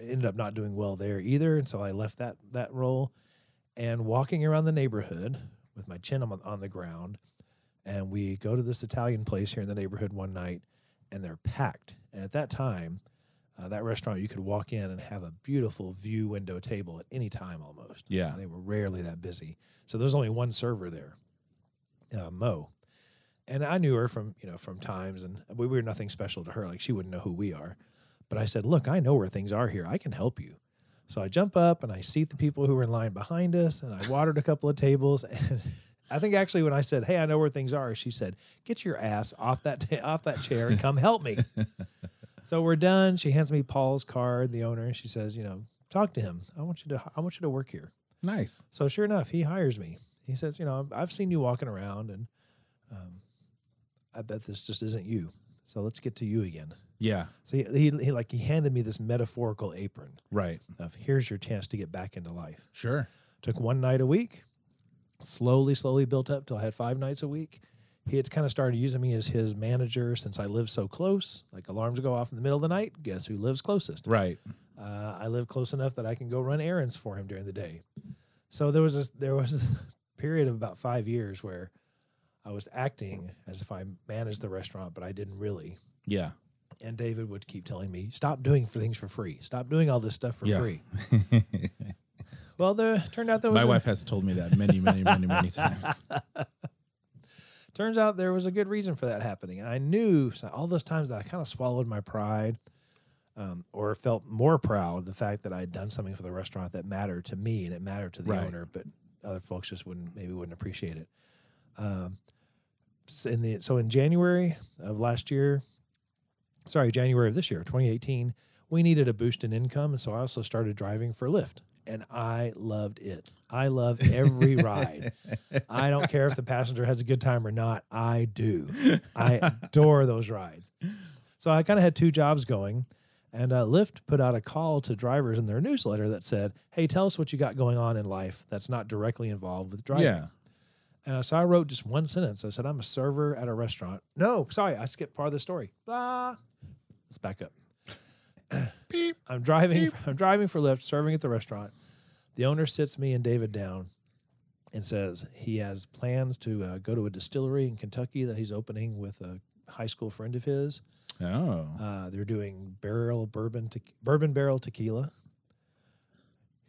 S2: ended up not doing well there either, and so I left that that role. And walking around the neighborhood with my chin on, on the ground, and we go to this Italian place here in the neighborhood one night, and they're packed. And at that time, Uh, that restaurant, you could walk in and have a beautiful view window table at any time almost.
S1: Yeah.
S2: They were rarely that busy. So there's only one server there, uh, Mo. And I knew her from, you know, from times and we were nothing special to her. Like she wouldn't know who we are. But I said, look, I know where things are here. I can help you. So I jump up and I seat the people who were in line behind us and I watered a couple of tables. And I think actually when I said, hey, I know where things are, she said, get your ass off that, ta- off that chair and come help me. So we're done. She hands me Paul's card, the owner. and She says, "You know, talk to him. I want you to. I want you to work here."
S1: Nice.
S2: So sure enough, he hires me. He says, "You know, I've seen you walking around, and um, I bet this just isn't you. So let's get to you again."
S1: Yeah.
S2: So he, he, he like he handed me this metaphorical apron
S1: Right.
S2: of here's your chance to get back into life.
S1: Sure.
S2: Took one night a week, slowly, slowly built up till I had five nights a week. He had kind of started using me as his manager since I live so close. Like alarms go off in the middle of the night. Guess who lives closest?
S1: Right.
S2: Uh, I live close enough that I can go run errands for him during the day. So there was this, there was a period of about five years where I was acting as if I managed the restaurant, but I didn't really.
S1: Yeah.
S2: And David would keep telling me, "Stop doing for things for free. Stop doing all this stuff for
S1: Yeah.
S2: free." Well, there turned out there was
S1: My
S2: a-
S1: wife has told me that many, many, many, many times.
S2: Turns out there was a good reason for that happening. And I knew so all those times that I kind of swallowed my pride um, or felt more proud of the fact that I had done something for the restaurant that mattered to me and it mattered to the
S1: Right.
S2: owner, but other folks just wouldn't, maybe wouldn't appreciate it. Um, so, in the, so in January of last year, sorry, January of this year, 2018, we needed a boost in income. And so I also started driving for Lyft. And I loved it. I love every ride. I don't care if the passenger has a good time or not. I do. I adore those rides. So I kind of had two jobs going. And uh, Lyft put out a call to drivers in their newsletter that said, Hey, tell us what you got going on in life that's not directly involved with driving.
S1: Yeah.
S2: And uh, so I wrote just one sentence. I said, I'm a server at a restaurant. No, sorry, I skipped part of the story. Blah. Let's back up.
S1: Beep.
S2: I'm driving. I'm driving for Lyft, serving at the restaurant. The owner sits me and David down, and says he has plans to uh, go to a distillery in Kentucky that he's opening with a high school friend of his.
S1: Oh.
S2: Uh, they're doing barrel bourbon, te- bourbon barrel tequila.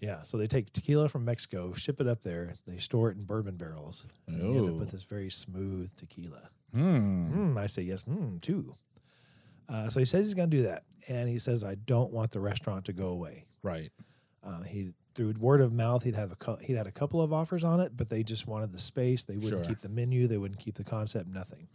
S2: Yeah, so they take tequila from Mexico, ship it up there, they store it in bourbon barrels, and they end up
S1: Oh.
S2: with this very smooth tequila.
S1: Hmm.
S2: Mm, I say yes, mm, too. Uh, so he says he's going to do that, and he says I don't want the restaurant to go away.
S1: Right.
S2: Uh, he through word of mouth, he'd have a cou- he'd had a couple of offers on it, but they just wanted the space. They wouldn't
S1: Sure.
S2: keep the menu. They wouldn't keep the concept. Nothing.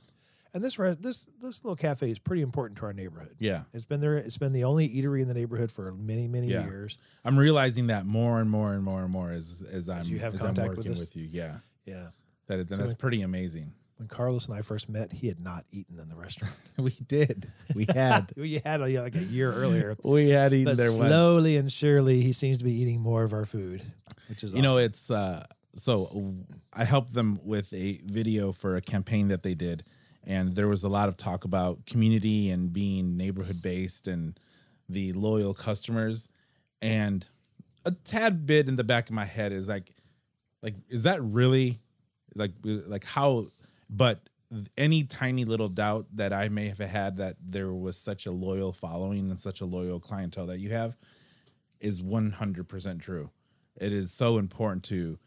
S2: And this re- this this little cafe is pretty important to our neighborhood.
S1: Yeah.
S2: It's been there. It's been the only eatery in the neighborhood for many many
S1: Yeah.
S2: years.
S1: I'm realizing that more and more and more and more as as I'm
S2: you have
S1: as I'm
S2: contact with
S1: working
S2: us?
S1: with, you. Yeah.
S2: Yeah.
S1: That it-
S2: So
S1: that's
S2: like-
S1: pretty amazing.
S2: When Carlos and I first met, he had not eaten in the restaurant.
S1: We did. We had.
S2: we had a, like a year earlier,
S1: we had eaten
S2: but
S1: there once.
S2: slowly and surely, he seems to be eating more of our food, which is
S1: you know
S2: awesome.
S1: it's uh so i helped them with a video for a campaign that they did and there was a lot of talk about community and being neighborhood based and the loyal customers and a tad bit in the back of my head is like like is that really like like how but any tiny little doubt that i may have had that there was such a loyal following and such a loyal clientele that you have is 100% true it is so important to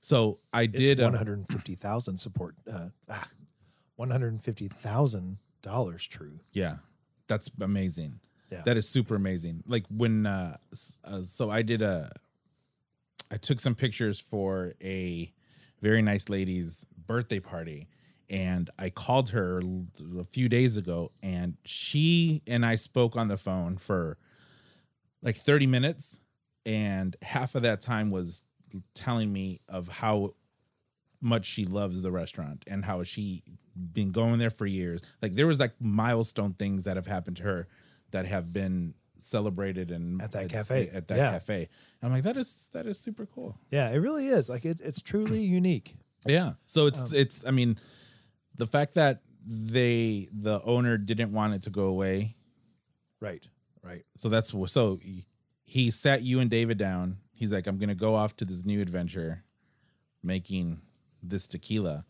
S1: so i
S2: It's
S1: did uh,
S2: 150,000 support uh, ah, 150,000 dollars true.
S1: yeah that's amazing
S2: Yeah.
S1: that is super amazing like when uh, s- uh so i did a i took some pictures for a very nice lady's birthday party and i called her l- a few days ago and she and i spoke on the phone for like 30 minutes and half of that time was telling me of how much she loves the restaurant and how she been going there for years like there was like milestone things that have happened to her that have been celebrated and
S2: At that cafe.
S1: at that
S2: Yeah.
S1: cafe i'm like that is that is super cool
S2: yeah, it really is. Like it, it's truly unique.
S1: yeah. So it's
S2: Um,
S1: it's I mean, the fact that they the owner didn't want it to go away.
S2: Right. Right.
S1: So that's wh- so he- he sat you and David down. He's like, I'm gonna go off to this new adventure, making this tequila.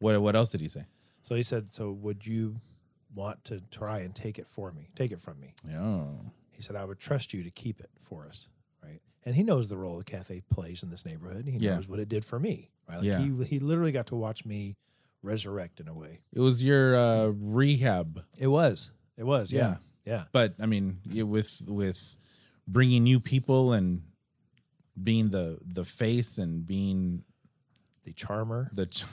S1: What what else did he say?
S2: So he said, "So would you want to try and take it for me, take it from me.
S1: Oh.
S2: He said, I would trust you to keep it for us. Right. And he knows the role the cafe plays in this neighborhood. He
S1: Yeah.
S2: knows what it did for me. Right. Like
S1: Yeah.
S2: he, he literally got to watch me resurrect in a way.
S1: It was your uh, rehab,
S2: It was. It was. Yeah. Yeah.
S1: but I mean, you- with with bringing new people and being the the face and being
S2: The charmer,
S1: the ch-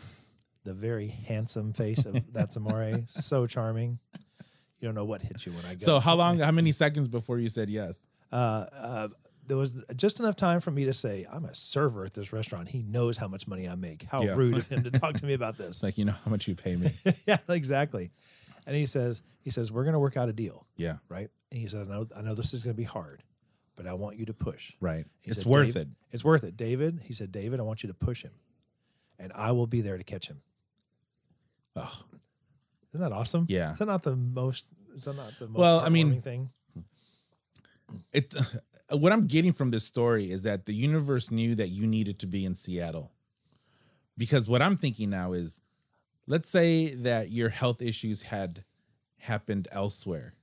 S2: the very handsome face of that's amore. so charming. You don't know what hits you when I go.
S1: so how long how many seconds before you said yes
S2: uh, uh, there was just enough time for me to say, I'm a server at this restaurant. He knows how much money I make. How
S1: Yeah.
S2: rude of him to talk to me about this.
S1: it's like you know how much you pay me
S2: yeah, exactly. And he says, he says, we're going to work out a deal,
S1: yeah
S2: right? And he said, I know, I know this is going to be hard, but I want you to push.
S1: right
S2: He
S1: it's
S2: said,
S1: worth
S2: "Dave-
S1: it
S2: It's worth it, David. He said, David, I want you to push him, and I will be there to catch him.
S1: oh
S2: Isn't that awesome?
S1: Yeah.
S2: Is that not the most? Is that not the most?
S1: Well, I mean-
S2: heartwarming thing.
S1: it what i'm getting from this story is that the universe knew that you needed to be in seattle because what i'm thinking now is let's say that your health issues had happened elsewhere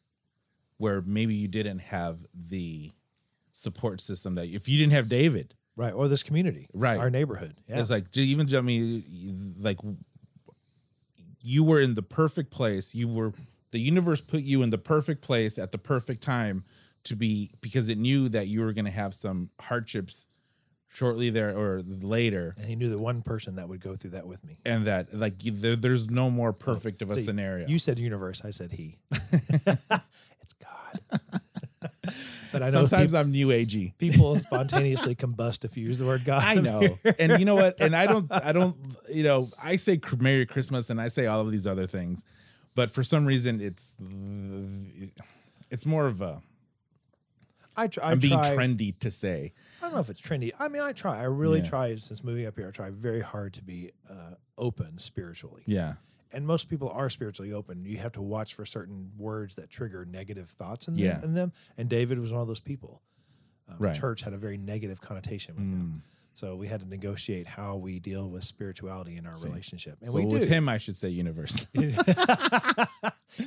S1: where maybe you didn't have the support system that if you didn't have david
S2: right? Or this community,
S1: Right.
S2: Our neighborhood. Yeah.
S1: It's like ju- even I mean, like you were in the perfect place. You were the universe put you in the perfect place at the perfect time to be because it knew that you were going to have some hardships shortly there or later,
S2: and he knew the one person that would go through that with me.
S1: and that like you, there, there's no more perfect of a
S2: So
S1: scenario.
S2: You said universe. I said he. it's God. but I know
S1: Sometimes I'm new agey.
S2: people spontaneously combust if you use the word God.
S1: I know. And you know what? And I don't, I don't, you know, I say cr- Merry Christmas and I say all of these other things, but for some reason it's, it's more of a,
S2: I, tr- I
S1: I'm being
S2: try.
S1: trendy to say.
S2: I don't know if it's trendy. I mean, I try. I really
S1: Yeah.
S2: try since moving up here. I try very hard to be uh, open spiritually,
S1: Yeah.
S2: and most people are spiritually open. You have to watch for certain words that trigger negative thoughts in,
S1: Yeah.
S2: them, in them. And David was one of those people. Um,
S1: Right. Mm.
S2: Church had a very negative connotation with him, so we had to negotiate how we deal with spirituality in our relationship, and
S1: so
S2: we
S1: with
S2: do.
S1: him, I should say universe.
S2: and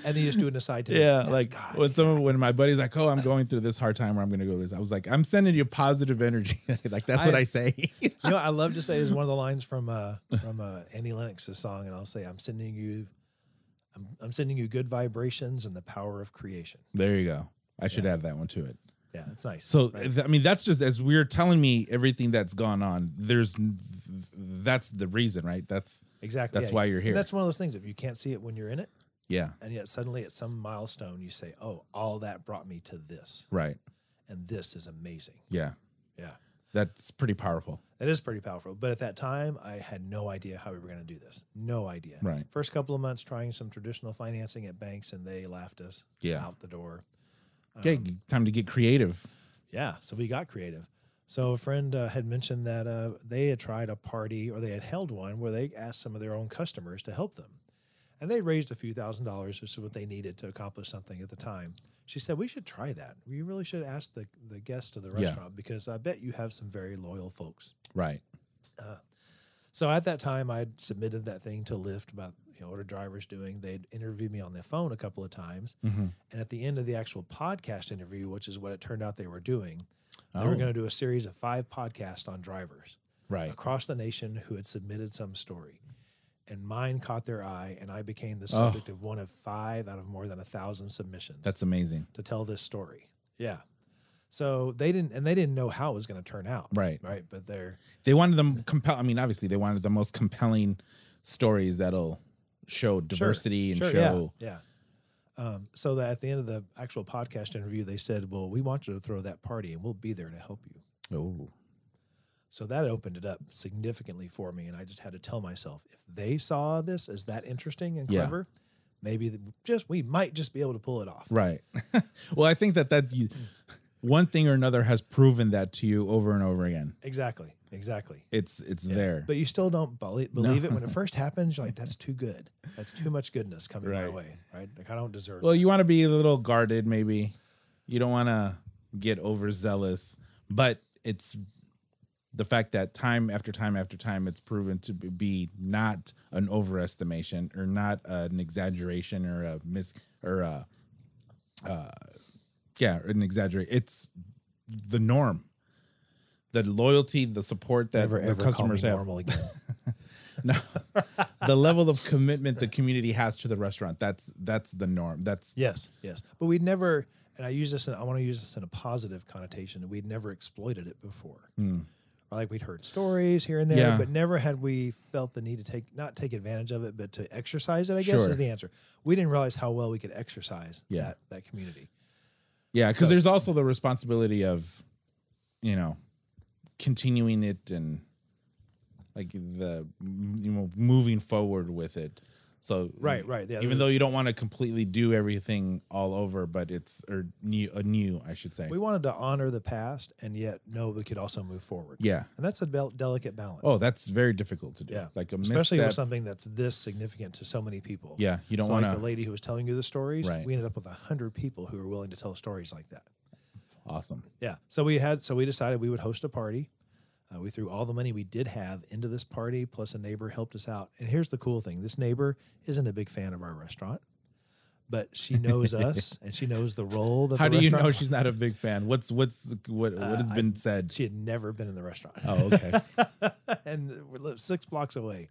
S2: then you just do an aside to
S1: yeah.
S2: him. That's
S1: like
S2: God.
S1: when someone, when my buddy's like, oh, I'm going through this hard time where I'm going to go this, I was like, I'm sending you positive energy. like that's what
S2: I-
S1: I say.
S2: you know, what I love to say is one of the lines from uh, from uh, Annie Lennox's song, and I'll say, "I'm sending you, I'm, I'm sending you good vibrations and the power of creation."
S1: there you go. I should add that one to it.
S2: Yeah, that's nice.
S1: So uh,
S2: right?
S1: th- I mean, that's just as we're telling me everything that's gone on. There's n- th- that's the reason, right? That's
S2: exactly,
S1: that's
S2: yeah.
S1: why you're
S2: And
S1: here.
S2: that's one of those things. If you can't see it when you're in it,
S1: yeah,
S2: and yet suddenly at some milestone you say, "Oh, all that brought me to this,
S1: right.
S2: and this is amazing."
S1: Yeah,
S2: Yeah,
S1: that's pretty powerful.
S2: that is pretty powerful. But at that time, I had no idea how we were going to do this. No idea.
S1: Right.
S2: First couple of months trying some traditional financing at banks, and they laughed us
S1: Yeah.
S2: out the door. Um,
S1: Okay, g- time to get creative.
S2: yeah so we got creative so a friend uh, had mentioned that uh, they had tried a party or they had held one where they asked some of their own customers to help them and they raised a few thousand dollars which is what they needed to accomplish something at the time she said we should try that we really should ask the, the guests of the
S1: Yeah.
S2: restaurant because i bet you have some very loyal folks
S1: Right.
S2: so at that time, I'd submitted that thing to Lyft about you know, what a driver's doing. They'd interviewed me on the phone a couple of times,
S1: Mm-hmm.
S2: and at the end of the actual podcast interview, which is what it turned out they were doing, they
S1: Oh.
S2: were going to do a series of five podcasts on drivers
S1: Right.
S2: across the nation who had submitted some story. And mine caught their eye, and I became the
S1: Oh.
S2: subject of one of five out of more than a thousand submissions
S1: That's amazing.
S2: to tell this story. Yeah. So they didn't, and they didn't know how it was going to turn out.
S1: Right.
S2: Right. But they're,
S1: They wanted them compel. I mean, obviously, they wanted the most compelling stories that'll show diversity and
S2: yeah,
S1: show.
S2: Yeah. Um, so that at the end of the actual podcast interview, they said, "Well, we want you to throw that party, and we'll be there to help you."
S1: Oh,
S2: So that opened it up significantly for me, and I just had to tell myself, if they saw this as that interesting and
S1: Yeah.
S2: clever, maybe th- just we might just be able to pull it off.
S1: right. well, I think that that you, one thing or another has proven that to you over and over again.
S2: Exactly. Exactly.
S1: It's it's there.
S2: But you still don't believe, believe it when it first happens. You're like, "That's too good. That's too much goodness coming my
S1: Right.
S2: way." Right? Like I don't deserve.
S1: Well, you want to be a little guarded, maybe. You don't want to get overzealous, but it's the fact that time after time after time it's proven to be not an overestimation or not an exaggeration or a mis or a uh, yeah an exaggerate it's the norm the loyalty the support that
S2: Never
S1: the
S2: ever
S1: customers
S2: call me
S1: have
S2: normal again.
S1: no, the level of commitment the community has to the restaurant that's that's the norm that's
S2: yes, yes. But we'd never, and I use this, in, I want to use this in a positive connotation. We'd never exploited it before.
S1: Hmm.
S2: Like we'd heard stories here and there,
S1: Yeah.
S2: but never had we felt the need to take not take advantage of it, but to exercise it. I guess
S1: Sure.
S2: is the answer. We didn't realize how well we could exercise
S1: Yeah.
S2: that that community.
S1: Yeah, because
S2: So-
S1: there's also the responsibility of, you know, continuing it and like the you know moving forward with it. So
S2: Right, right, yeah,
S1: even though you don't want to completely do everything all over, but it's or new, a new, I should say.
S2: We wanted to honor the past and yet know we could also move forward.
S1: yeah.
S2: and that's a bel- delicate balance.
S1: Oh, that's very difficult to do.
S2: Yeah.
S1: Like a
S2: especially
S1: misstep.
S2: with something that's this significant to so many people.
S1: yeah, you don't
S2: so
S1: want
S2: like
S1: to.
S2: the lady who was telling you the stories,
S1: Right.
S2: we ended up with a hundred people who were willing to tell stories like that.
S1: awesome.
S2: Yeah. So we had so we decided we would host a party. Uh, we threw all the money we did have into this party, plus a neighbor helped us out. And here's the cool thing: this neighbor isn't a big fan of our restaurant, but she knows us and she knows the role that.
S1: How do
S2: the
S1: you
S2: restaurant-
S1: know she's not a big fan? What's what's what what has
S2: Uh,
S1: been
S2: I-
S1: said?
S2: She had never been in the restaurant.
S1: oh, okay. Oh.
S2: and we lived six blocks away.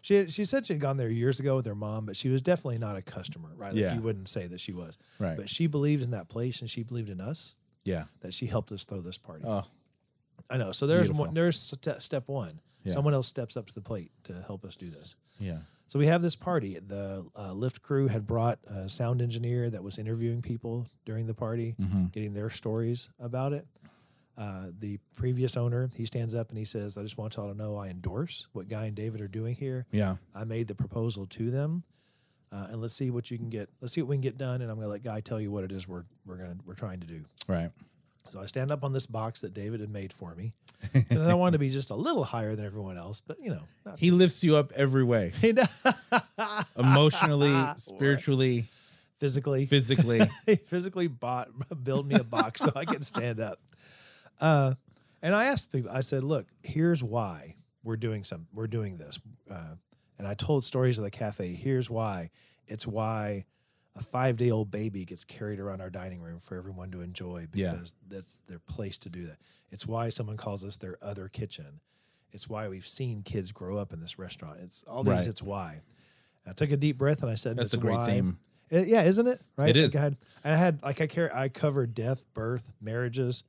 S2: She had- she said she had gone there years ago with her mom, but she was definitely not a customer, right? Like
S1: Yeah.
S2: you wouldn't say that she was,
S1: Right.
S2: but she believed in that place and she believed in us.
S1: yeah.
S2: That she helped us throw this party.
S1: Oh,
S2: I know. So there's
S1: beautiful.
S2: one, there's ste- step one.
S1: Yeah.
S2: Someone else steps up to the plate to help us do this.
S1: yeah.
S2: So we have this party. The uh, lift crew had brought a sound engineer that was interviewing people during the party,
S1: hmm
S2: getting their stories about it. Uh, the previous owner, he stands up and he says, "I just want y'all to know I endorse what Guy and David are doing here.
S1: Yeah.
S2: I made the proposal to them, uh, and let's see what you can get. Let's see what we can get done. And I'm going to let Guy tell you what it is we're we're going to we're trying to do."
S1: Right.
S2: So I stand up on this box that David had made for me. Because I wanted to be just a little higher than everyone else, but you know, not
S1: He lifts you up every way. emotionally, spiritually,
S2: physically,
S1: physically.
S2: he physically bought build me a box so I can stand up. Uh, and I asked people. I said, "Look, here's why we're doing some. We're doing this." Uh, and I told stories of the cafe. Here's why. It's why a five day old baby gets carried around our dining room for everyone to enjoy
S1: Yeah.
S2: because that's their place to do that. It's why someone calls us their other kitchen. It's why we've seen kids grow up in this restaurant. It's all these.
S1: Right.
S2: It's why. I took a deep breath and I said,
S1: That's
S2: "It's
S1: a great
S2: why."
S1: theme.
S2: It- yeah, isn't it? Right.
S1: It is.
S2: Like I had, I had like I care. I covered death, birth, marriages,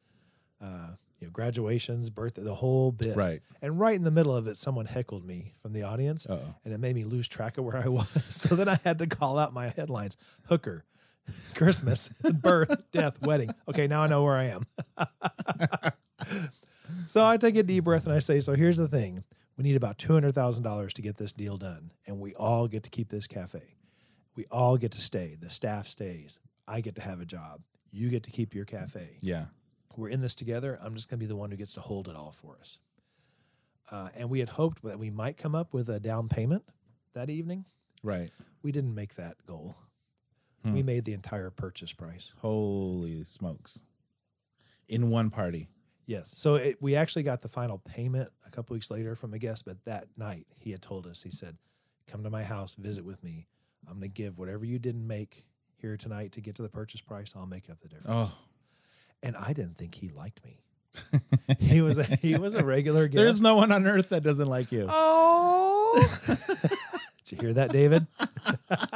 S2: uh, you know, graduations, birth, the whole bit.
S1: Right. Oh.
S2: And right in the middle of it, someone heckled me from the audience,
S1: Uh-oh.
S2: and it made me lose track of where I was. so then I had to call out my headlines: hooker, Christmas, birth, death, wedding. Okay, now I know where I am. so I take a deep breath and I say, "So here's the thing: we need about two hundred thousand dollars to get this deal done, and we all get to keep this cafe." we all get to stay. The staff stays. I get to have a job. You get to keep your cafe.
S1: Yeah.
S2: We're in this together. I'm just going to be the one who gets to hold it all for us. Uh, and we had hoped that we might come up with a down payment that evening.
S1: Right.
S2: We didn't make that goal.
S1: Hmm.
S2: We made the entire purchase price.
S1: Holy smokes. In one party.
S2: Yes. So it, we actually got the final payment a couple weeks later from a guest, but that night he had told us, he said, Come to my house, visit with me. I'm going to give whatever you didn't make here tonight to get to the purchase price. I'll make up the difference.
S1: Oh.
S2: and I didn't think he liked me. He was a, he was a regular guest.
S1: There's no one on earth that doesn't like you.
S2: oh. Did you hear that, David?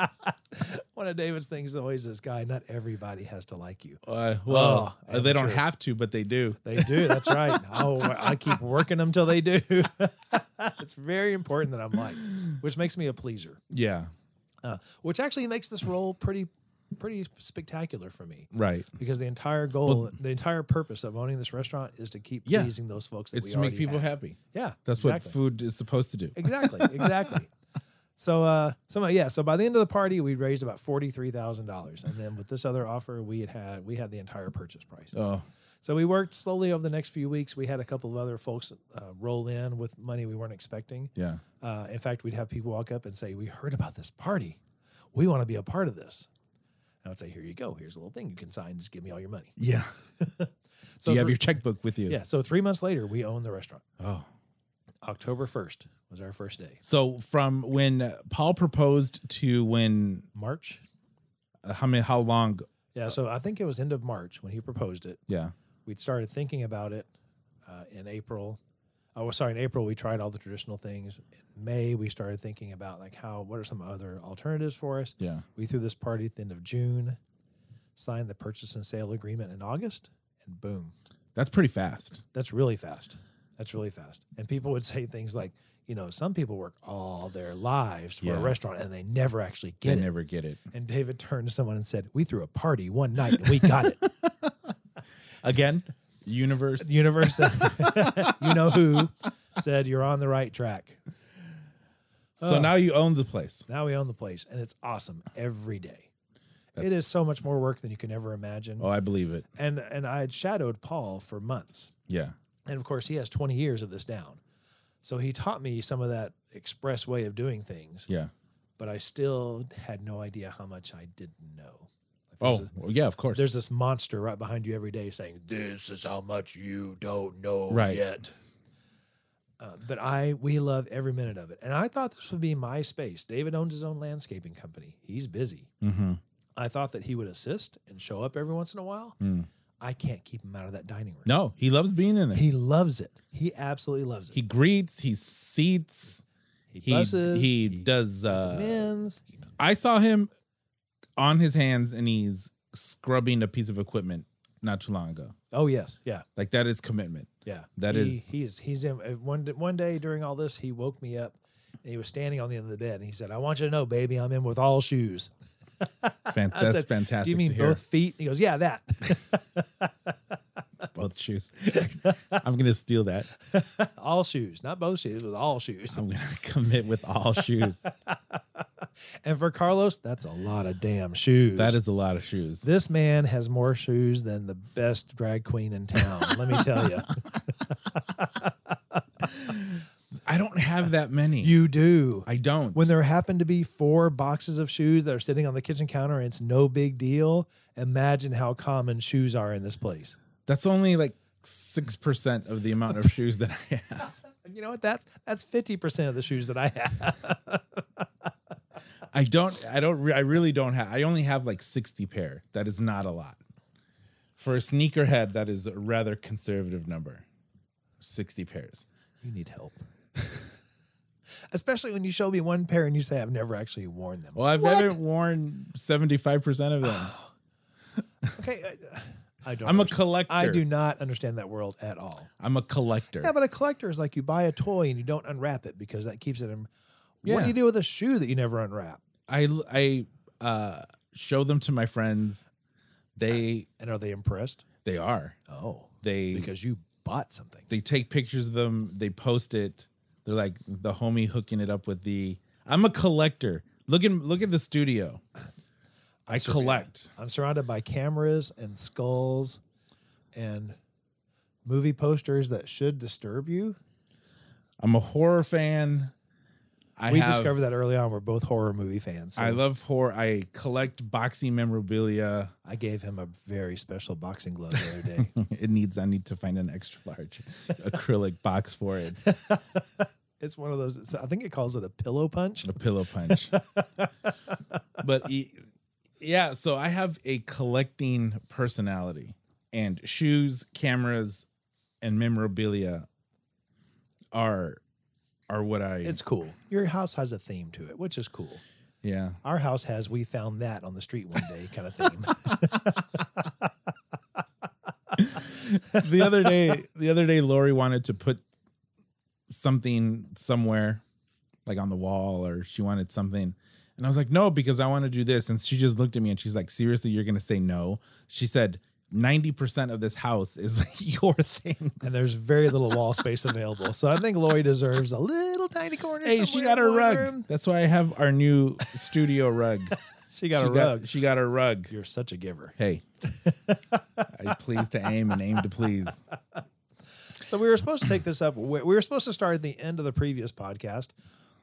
S2: One of David's things always is, guy. Not everybody has to like you.
S1: Uh, well,
S2: Oh,
S1: they don't
S2: true.
S1: have to, but they do.
S2: They do. That's right. Oh, I keep working them till they do. it's very important that I'm liked, which makes me a pleaser.
S1: Yeah.
S2: Uh, which actually makes this role pretty pretty spectacular for me
S1: Right.
S2: because the entire goal, the entire purpose of owning this restaurant is to keep
S1: Yeah.
S2: pleasing those folks that
S1: It's
S2: we
S1: to make
S2: already
S1: people
S2: have.
S1: happy.
S2: Yeah,
S1: That's
S2: exactly.
S1: what food is supposed to do.
S2: Exactly, exactly. so, uh, so yeah. So by the end of the party, we raised about forty three thousand dollars, and then with this other offer, we had had we had the entire purchase price.
S1: Oh,
S2: So we worked slowly over the next few weeks. We had a couple of other folks uh, roll in with money we weren't expecting.
S1: yeah.
S2: Uh, in fact, we'd have people walk up and say, "We heard about this party. We want to be a part of this." And I would say, "Here you go. Here's a little thing you can sign. Just give me all your money."
S1: Yeah. Do you have
S2: thr-
S1: your checkbook with you?
S2: Yeah. So three months later, we owned the restaurant.
S1: Oh.
S2: October 1st was our first day.
S1: So from when uh, Paul proposed to when
S2: March.
S1: uh, how many how long?
S2: Yeah. So I think it was end of March when he proposed it.
S1: Yeah.
S2: We'd started thinking about it uh, in April. Oh, sorry. In April, we tried all the traditional things. In May, we started thinking about like how, what are some other alternatives for us?
S1: Yeah.
S2: We threw this party at the end of June, signed the purchase and sale agreement in August, and boom.
S1: That's pretty fast.
S2: That's really fast. That's really fast. And people would say things like, you know, some people work all their lives for
S1: Yeah.
S2: a restaurant and they never actually
S1: They
S2: get it.
S1: never get it.
S2: And David turned to someone and said, "We threw a party one night and we got it."
S1: Again, universe.
S2: the universe, said, you know who, said you're on the right track.
S1: So
S2: Oh.
S1: now you own the place.
S2: Now we own the place, and it's awesome every day.
S1: That's-
S2: it is so much more work than you can ever imagine.
S1: Oh, I believe it.
S2: And and I had shadowed Paul for months,
S1: Yeah.
S2: and of course he has 20 years of this down, so he taught me some of that express way of doing things.
S1: Yeah.
S2: But I still had no idea how much I didn't know. Like, there's
S1: Oh,
S2: a-
S1: well, yeah, of course.
S2: there's this monster right behind you every day saying, "This is how much you don't know
S1: Right.
S2: yet." Uh, but I, we love every minute of it, and I thought this would be my space. David owns his own landscaping company; he's busy.
S1: hmm
S2: I thought that he would assist and show up every once in a while.
S1: Mm.
S2: I can't keep him out of that dining room.
S1: No, he loves being in there. He,
S2: he loves it. He absolutely loves it.
S1: greets, he seats, he
S2: busses,
S1: he does uh
S2: recommends.
S1: I saw him on his hands and he's scrubbing a piece of equipment not too long ago.
S2: Oh yes, yeah,
S1: Like that is commitment.
S2: yeah.
S1: That
S2: he,
S1: is-
S2: he is he's in uh, one d- one day during all this he woke me up. And he was standing on the end of the bed, and he said, "I want you to know, baby, I'm in with all shoes."
S1: Fan-
S2: I
S1: that's
S2: said,
S1: fantastic.
S2: Do you mean
S1: to hear.
S2: both feet? He goes, Yeah, that.
S1: both shoes. I'm gonna steal that.
S2: all shoes, not both shoes, it was all shoes.
S1: I'm gonna commit with all shoes.
S2: And for Carlos, that's a lot of damn shoes.
S1: That is a lot of shoes.
S2: This man has more shoes than the best drag queen in town. let me tell you.
S1: I don't have that many.
S2: You do.
S1: I don't.
S2: When there happen to be four boxes of shoes that are sitting on the kitchen counter and it's no big deal, imagine how common shoes are in this place.
S1: that's only like six percent of the amount of shoes that I have.
S2: And you know what? That's that's 50% of the shoes that I have.
S1: I don't. I don't. re- I really don't have. I only have like sixty pair. That is not a lot. For a sneakerhead, that is a rather conservative number. Sixty pairs.
S2: You need help. Especially when you show me one pair and you say I've never actually worn them.
S1: Well, I've
S2: What?
S1: never worn seventy-five percent of them.
S2: Okay, I, I don't.
S1: I'm a
S2: understand-
S1: collector.
S2: I do not understand that world at all.
S1: I'm a collector.
S2: Yeah, but a collector is like you buy a toy and you don't unwrap it because that keeps it in. What
S1: Yeah.
S2: do you do with a shoe that you never unwrap?
S1: I I uh, show them to my friends. They
S2: And are they impressed?
S1: they are
S2: Oh,
S1: they
S2: because you bought something.
S1: they take pictures of them. They post it. They're like the homie hooking it up with the. I'm a collector. Look at look at the studio. I
S2: Surreal.
S1: collect.
S2: I'm surrounded by cameras and skulls, and movie posters that should disturb you.
S1: I'm a horror fan. I
S2: we
S1: have-
S2: discovered that early on. We're both horror movie fans. so
S1: I love horror. I collect boxing memorabilia.
S2: I gave him a very special boxing glove the other day.
S1: it needs. I need to find an extra large acrylic box for it.
S2: it's one of those. it's- I think it calls it a pillow punch.
S1: a pillow punch. but e- yeah, so I have a collecting personality, and shoes, cameras, and memorabilia are are what I.
S2: It's cool. Your house has a theme to it, which is cool.
S1: yeah.
S2: Our house has we found that on the street one day kind of theme.
S1: The other day, the other day, Lori wanted to put something somewhere, like on the wall, or she wanted something. And I was like, no, because I want to do this. And she just looked at me and she's like, seriously, you're going to say no? She said, 90% of this house is your things.
S2: and there's very little wall space available. So I think Lori deserves a little tiny corner.
S1: Hey, she
S2: somewhere
S1: got
S2: in
S1: her
S2: one
S1: rug.
S2: room.
S1: That's why I have our new studio rug.
S2: She got
S1: she
S2: a rug.
S1: Got, she got her rug.
S2: You're such a giver.
S1: Hey, I please to aim and aim to please.
S2: So we were supposed to take this up. We we were supposed to start at the end of the previous podcast.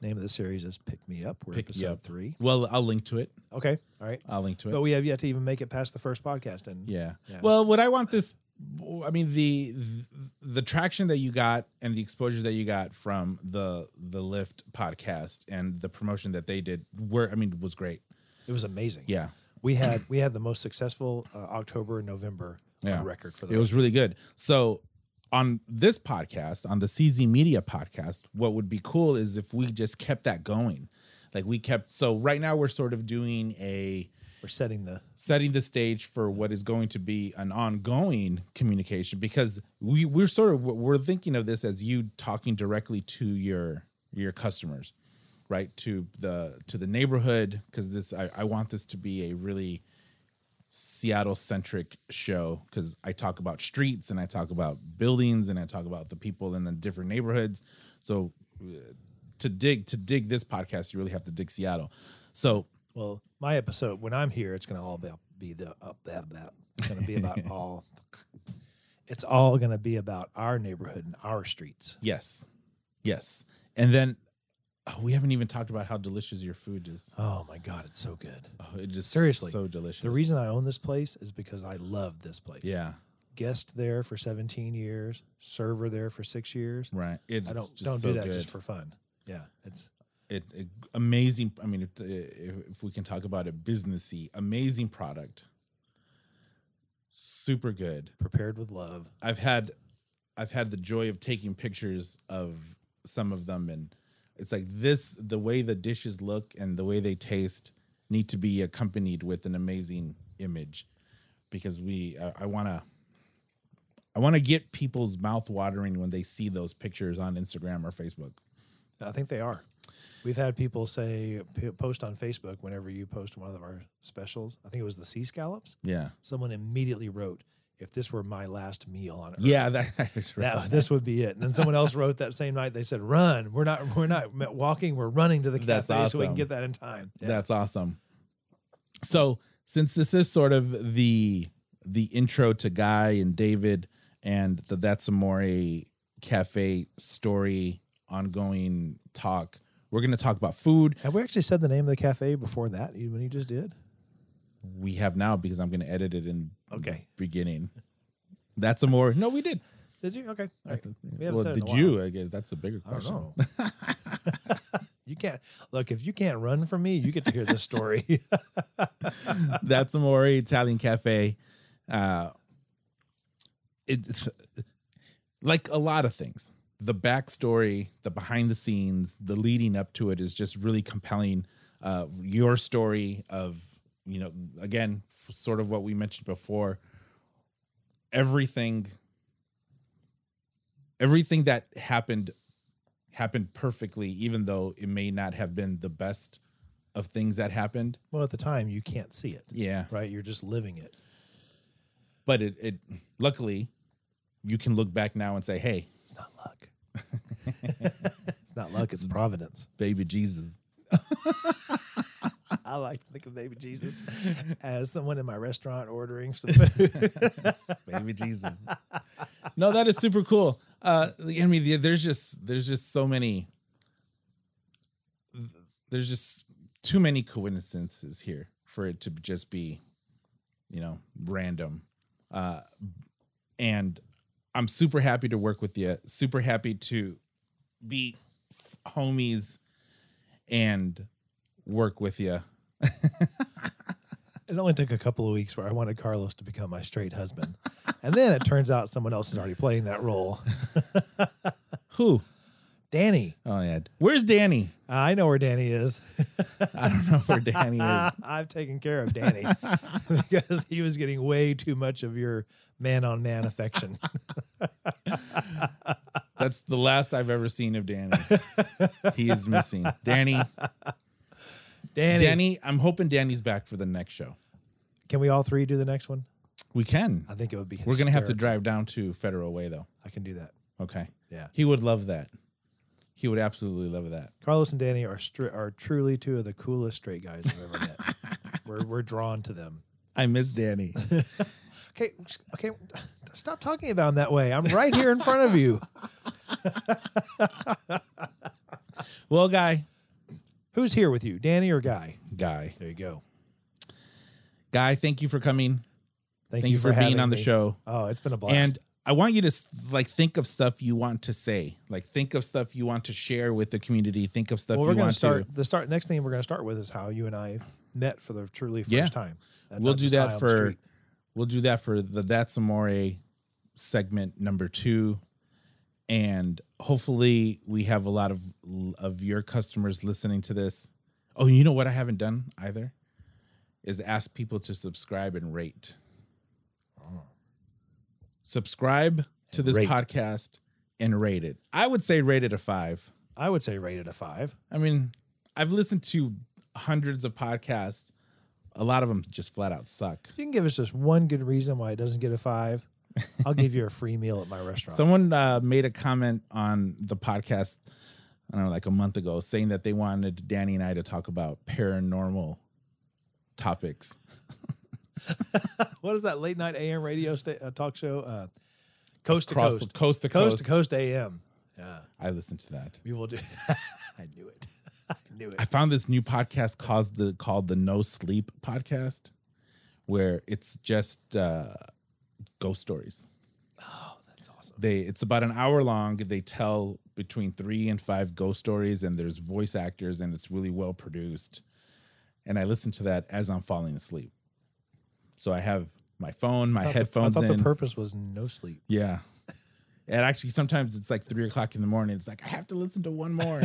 S2: Name of the series is Pick Me Up. We're
S1: Pick Me
S2: episode
S1: Up.
S2: three.
S1: Well, I'll link to it.
S2: Okay. All right.
S1: I'll link to it.
S2: But we have yet to even make it past the first podcast. And
S1: yeah.
S2: Yeah.
S1: Well, what I want this I mean the the traction that you got and the exposure that you got from the the Lyft podcast and the promotion that they did were I mean was great.
S2: It was amazing.
S1: Yeah.
S2: we had we had the most successful uh, October and November on
S1: Yeah.
S2: record for the
S1: It was really good. So on this podcast, on the CZ Media podcast, what would be cool is if we just kept that going. Like we kept so right now we're sort of doing a
S2: we're setting the
S1: setting the stage for what is going to be an ongoing communication because we we're sort of we're thinking of this as you talking directly to your your customers right to the to the neighborhood because this I, I want this to be a really seattle centric show because i talk about streets and i talk about buildings and i talk about the people in the different neighborhoods so uh, to dig to dig this podcast you really have to dig seattle so
S2: well my episode when I'm here it's gonna all be, be the up that that it's gonna be about all it's all gonna be about our neighborhood and our streets
S1: Yes. Yes. And then oh, we haven't even talked about how delicious your food is.
S2: oh my god it's so good
S1: Oh, it just
S2: Seriously.
S1: so delicious.
S2: the reason I own this place is because I love this place
S1: yeah,
S2: guest there for 17 years server there for six years
S1: right. Mm, It's
S2: I don't
S1: just
S2: don't
S1: so
S2: do that
S1: good.
S2: just for fun yeah it's
S1: it, it- amazing. I mean, if, if if we can talk about it, businessy, amazing product, super good.
S2: prepared with love
S1: I've had I've had the joy of taking pictures of some of them and it's like this the way the dishes look and the way they taste need to be accompanied with an amazing image because we I, I want to I want to get people's mouth watering when they see those pictures on Instagram or Facebook.
S2: I think they are. We've had people say p- post on Facebook whenever you post one of our specials. I think it was the sea scallops.
S1: Yeah.
S2: Someone immediately wrote, "If this were my last meal on earth,
S1: Yeah, that, that's right.
S2: that, this would be it." And then someone else wrote that same night. They said, "Run! We're not we're not m- walking. We're running to the
S1: That's
S2: cafe so we can
S1: awesome.
S2: get that in time." Yeah.
S1: That's awesome. So since this is sort of the the intro to Guy and David and the That's Amore Cafe story ongoing talk, we're gonna talk about food.
S2: Have we actually said the name of the cafe before that? you- When you just did,
S1: We have now because I'm gonna edit it in the
S2: Okay.
S1: beginning. That's Amore. No, we did.
S2: did you? Okay,
S1: I th-
S2: haven't
S1: well,
S2: said it in
S1: did
S2: a while.
S1: you? I guess that's a bigger
S2: I don't
S1: question.
S2: know. you can't look if you can't run from me. You get to hear this story.
S1: That's Amore Italian Cafe. Uh, it's like a lot of things. The backstory, the behind the scenes, the leading up to it is just really compelling. Uh, your story of, you know, again, sort of what we mentioned before, everything, everything that happened happened perfectly, even though it may not have been the best of things that happened.
S2: well, at the time, you can't see it.
S1: Yeah.
S2: right? You're just living it.
S1: but it, it luckily you can look back now and say hey
S2: It's not luck. it's not luck. It's providence.
S1: baby jesus
S2: I like to think of baby Jesus as someone in my restaurant ordering some food.
S1: baby jesus no that is super cool uh i mean the- there's just there's just so many there's just too many coincidences here for it to just be you know random uh and i'm super happy to work with you super happy to be homies and work with you
S2: it only took a couple of weeks where I wanted Carlos to become my straight husband. And then it turns out someone else is already playing that role.
S1: who
S2: Danny.
S1: Oh yeah. Where's Danny?
S2: I know where Danny is.
S1: I don't know where Danny is.
S2: I've taken care of Danny because he was getting way too much of your man on man affection.
S1: That's the last I've ever seen of Danny. He is missing. Danny,
S2: Danny,
S1: Danny, I'm hoping Danny's back for the next show.
S2: Can we all three do the next one?
S1: We can.
S2: I think it would be
S1: We're going to have to
S2: hysterical.
S1: drive down to Federal Way though.
S2: I can do that.
S1: Okay.
S2: Yeah.
S1: He would love that. He would absolutely love that.
S2: Carlos and Danny are str- are truly two of the coolest straight guys I've ever met. we're we're drawn to them.
S1: I miss Danny.
S2: Okay, okay, stop talking about him that way. I'm right here in front of you.
S1: well, guy,
S2: Who's here with you, Danny or Guy?
S1: guy,
S2: There you go.
S1: guy, thank you for coming. Thank, you, for, being
S2: having
S1: on the
S2: me.
S1: show.
S2: Oh, it's been a blast.
S1: And I want you to s- like think of stuff you want to say. Like think of stuff you want to share with the community. Think of stuff
S2: well, we're
S1: you
S2: going
S1: want
S2: to start
S1: to.
S2: the start. Next thing we're going to start with is how you and I met for the truly first
S1: Yeah.
S2: time. And
S1: We'll
S2: not
S1: do
S2: just eye
S1: that
S2: on the
S1: for
S2: street.
S1: we'll do that for the That's Amore segment number 2 and hopefully we have a lot of of your customers listening to this. Oh, you know what I haven't done either is ask people to subscribe and rate. Subscribe to
S2: Oh. And
S1: this
S2: rate.
S1: podcast and rate it. I would say rate it a 5.
S2: I would say rated a five.
S1: I mean, I've listened to hundreds of podcasts. A lot of them just flat out suck.
S2: If you can give us just one good reason why it doesn't get a five, I'll give you a free meal at my restaurant.
S1: Someone uh, made a comment on the podcast, I don't know, like a month ago, saying that they wanted Danny and I to talk about paranormal topics.
S2: what is that late night AM radio sta- uh, talk show? Uh, coast to
S1: Across
S2: coast.
S1: the- coast to
S2: coast
S1: coast.
S2: to coast AM. Yeah,
S1: I listened to that.
S2: we will do. I knew it. I knew it.
S1: I found this new podcast called the called the No Sleep podcast, where it's just uh, ghost stories.
S2: Oh, that's awesome.
S1: they it's about an hour long they tell between three and five ghost stories and there's voice actors and it's really well produced and i listen to that as i'm falling asleep so i have my phone my
S2: I thought the-
S1: headphones
S2: I thought
S1: in
S2: the purpose was no sleep.
S1: yeah and actually sometimes it's like three o'clock in the morning it's like i have to listen to one more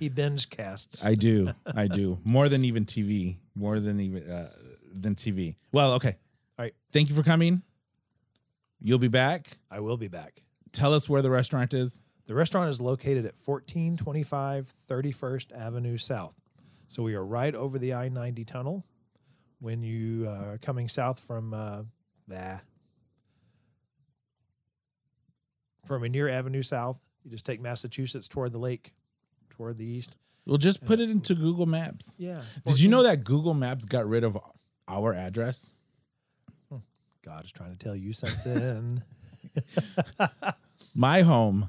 S2: He binge casts.
S1: i do i do more than even tv more than even uh, than tv well okay
S2: All right.
S1: thank you for coming you'll be back
S2: I will be back.
S1: tell us where the restaurant is
S2: The restaurant is located at 1425 31st Avenue South. So we are right over the I 90 tunnel when you uh, are coming south from uh, bah. from a near Avenue South. You just take Massachusetts toward the lake, toward the east.
S1: Well, just put it into Google Maps.
S2: Yeah.
S1: Did you know that Google Maps got rid of our address?
S2: God is trying to tell you something.
S1: My home,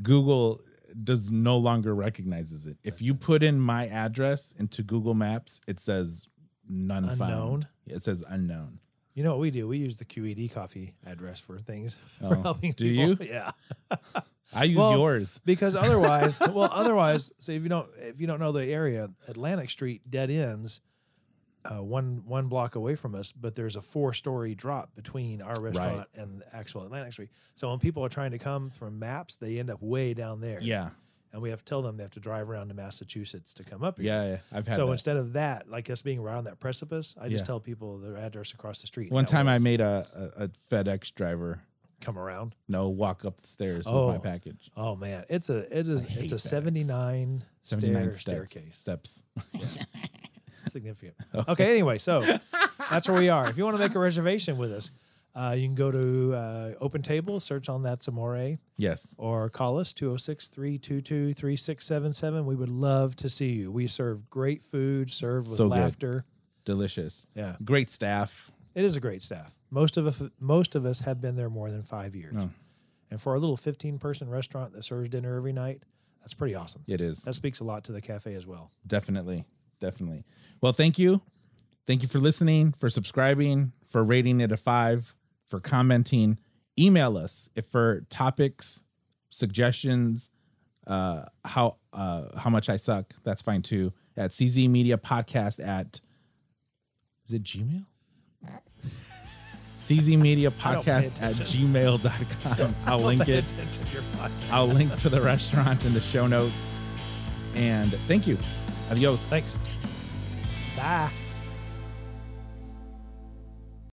S1: Google does no longer recognizes it. If you put in my address into Google Maps, it says none found.
S2: Unknown?
S1: It says unknown.
S2: you know what we do? We use the QED coffee address for things for
S1: Oh,
S2: helping
S1: do
S2: people. Yeah.
S1: I use
S2: Well-
S1: yours.
S2: because otherwise, well, otherwise, so if you don't if you don't know the area, Atlantic Street dead ends uh, one one block away from us, but there's a four story drop between our restaurant and the actual Atlantic Street. So when people are trying to come from maps, they end up way down there.
S1: Yeah,
S2: and we have to tell them they have to drive around to Massachusetts to come up here.
S1: yeah, yeah. I've had.
S2: So
S1: that.
S2: instead of that, like us being right on that precipice, I just
S1: Yeah.
S2: tell people their address across the street. and
S1: one
S2: that
S1: time
S2: way
S1: I
S2: it's
S1: made a, a a FedEx driver
S2: come around.
S1: no walk up the stairs with
S2: Oh.
S1: my package.
S2: Oh man, it's a it is
S1: hate
S2: it's a
S1: FedEx.
S2: seventy nine
S1: Seventy nine
S2: stair
S1: steps.
S2: staircase.
S1: Steps.
S2: significant. Okay, anyway, so that's where we are. If you want to make a reservation with us, uh, you can go to uh, Open Table, search on That's Amore,
S1: Yes.
S2: or call us 206 322 3677. We would love to see you. We serve great food, serve with
S1: So good.
S2: laughter.
S1: Delicious.
S2: Yeah,
S1: Great staff.
S2: it is a great staff. Most of us, most of us have been there more than five years.
S1: No.
S2: And for our little 15 person restaurant that serves dinner every night, that's pretty awesome.
S1: It is.
S2: That speaks a lot to the cafe as well.
S1: definitely definitely well thank you thank you for listening for subscribing for rating it a five for commenting email us if for topics suggestions uh how uh how much i suck that's fine too at cz media podcast at is it gmail cz media
S2: don't pay
S1: podcast at
S2: attention.
S1: gmail.com i'll link it
S2: Attention to your podcast.
S1: i'll link to the restaurant in the show notes and thank you adios
S2: Thanks. Bye.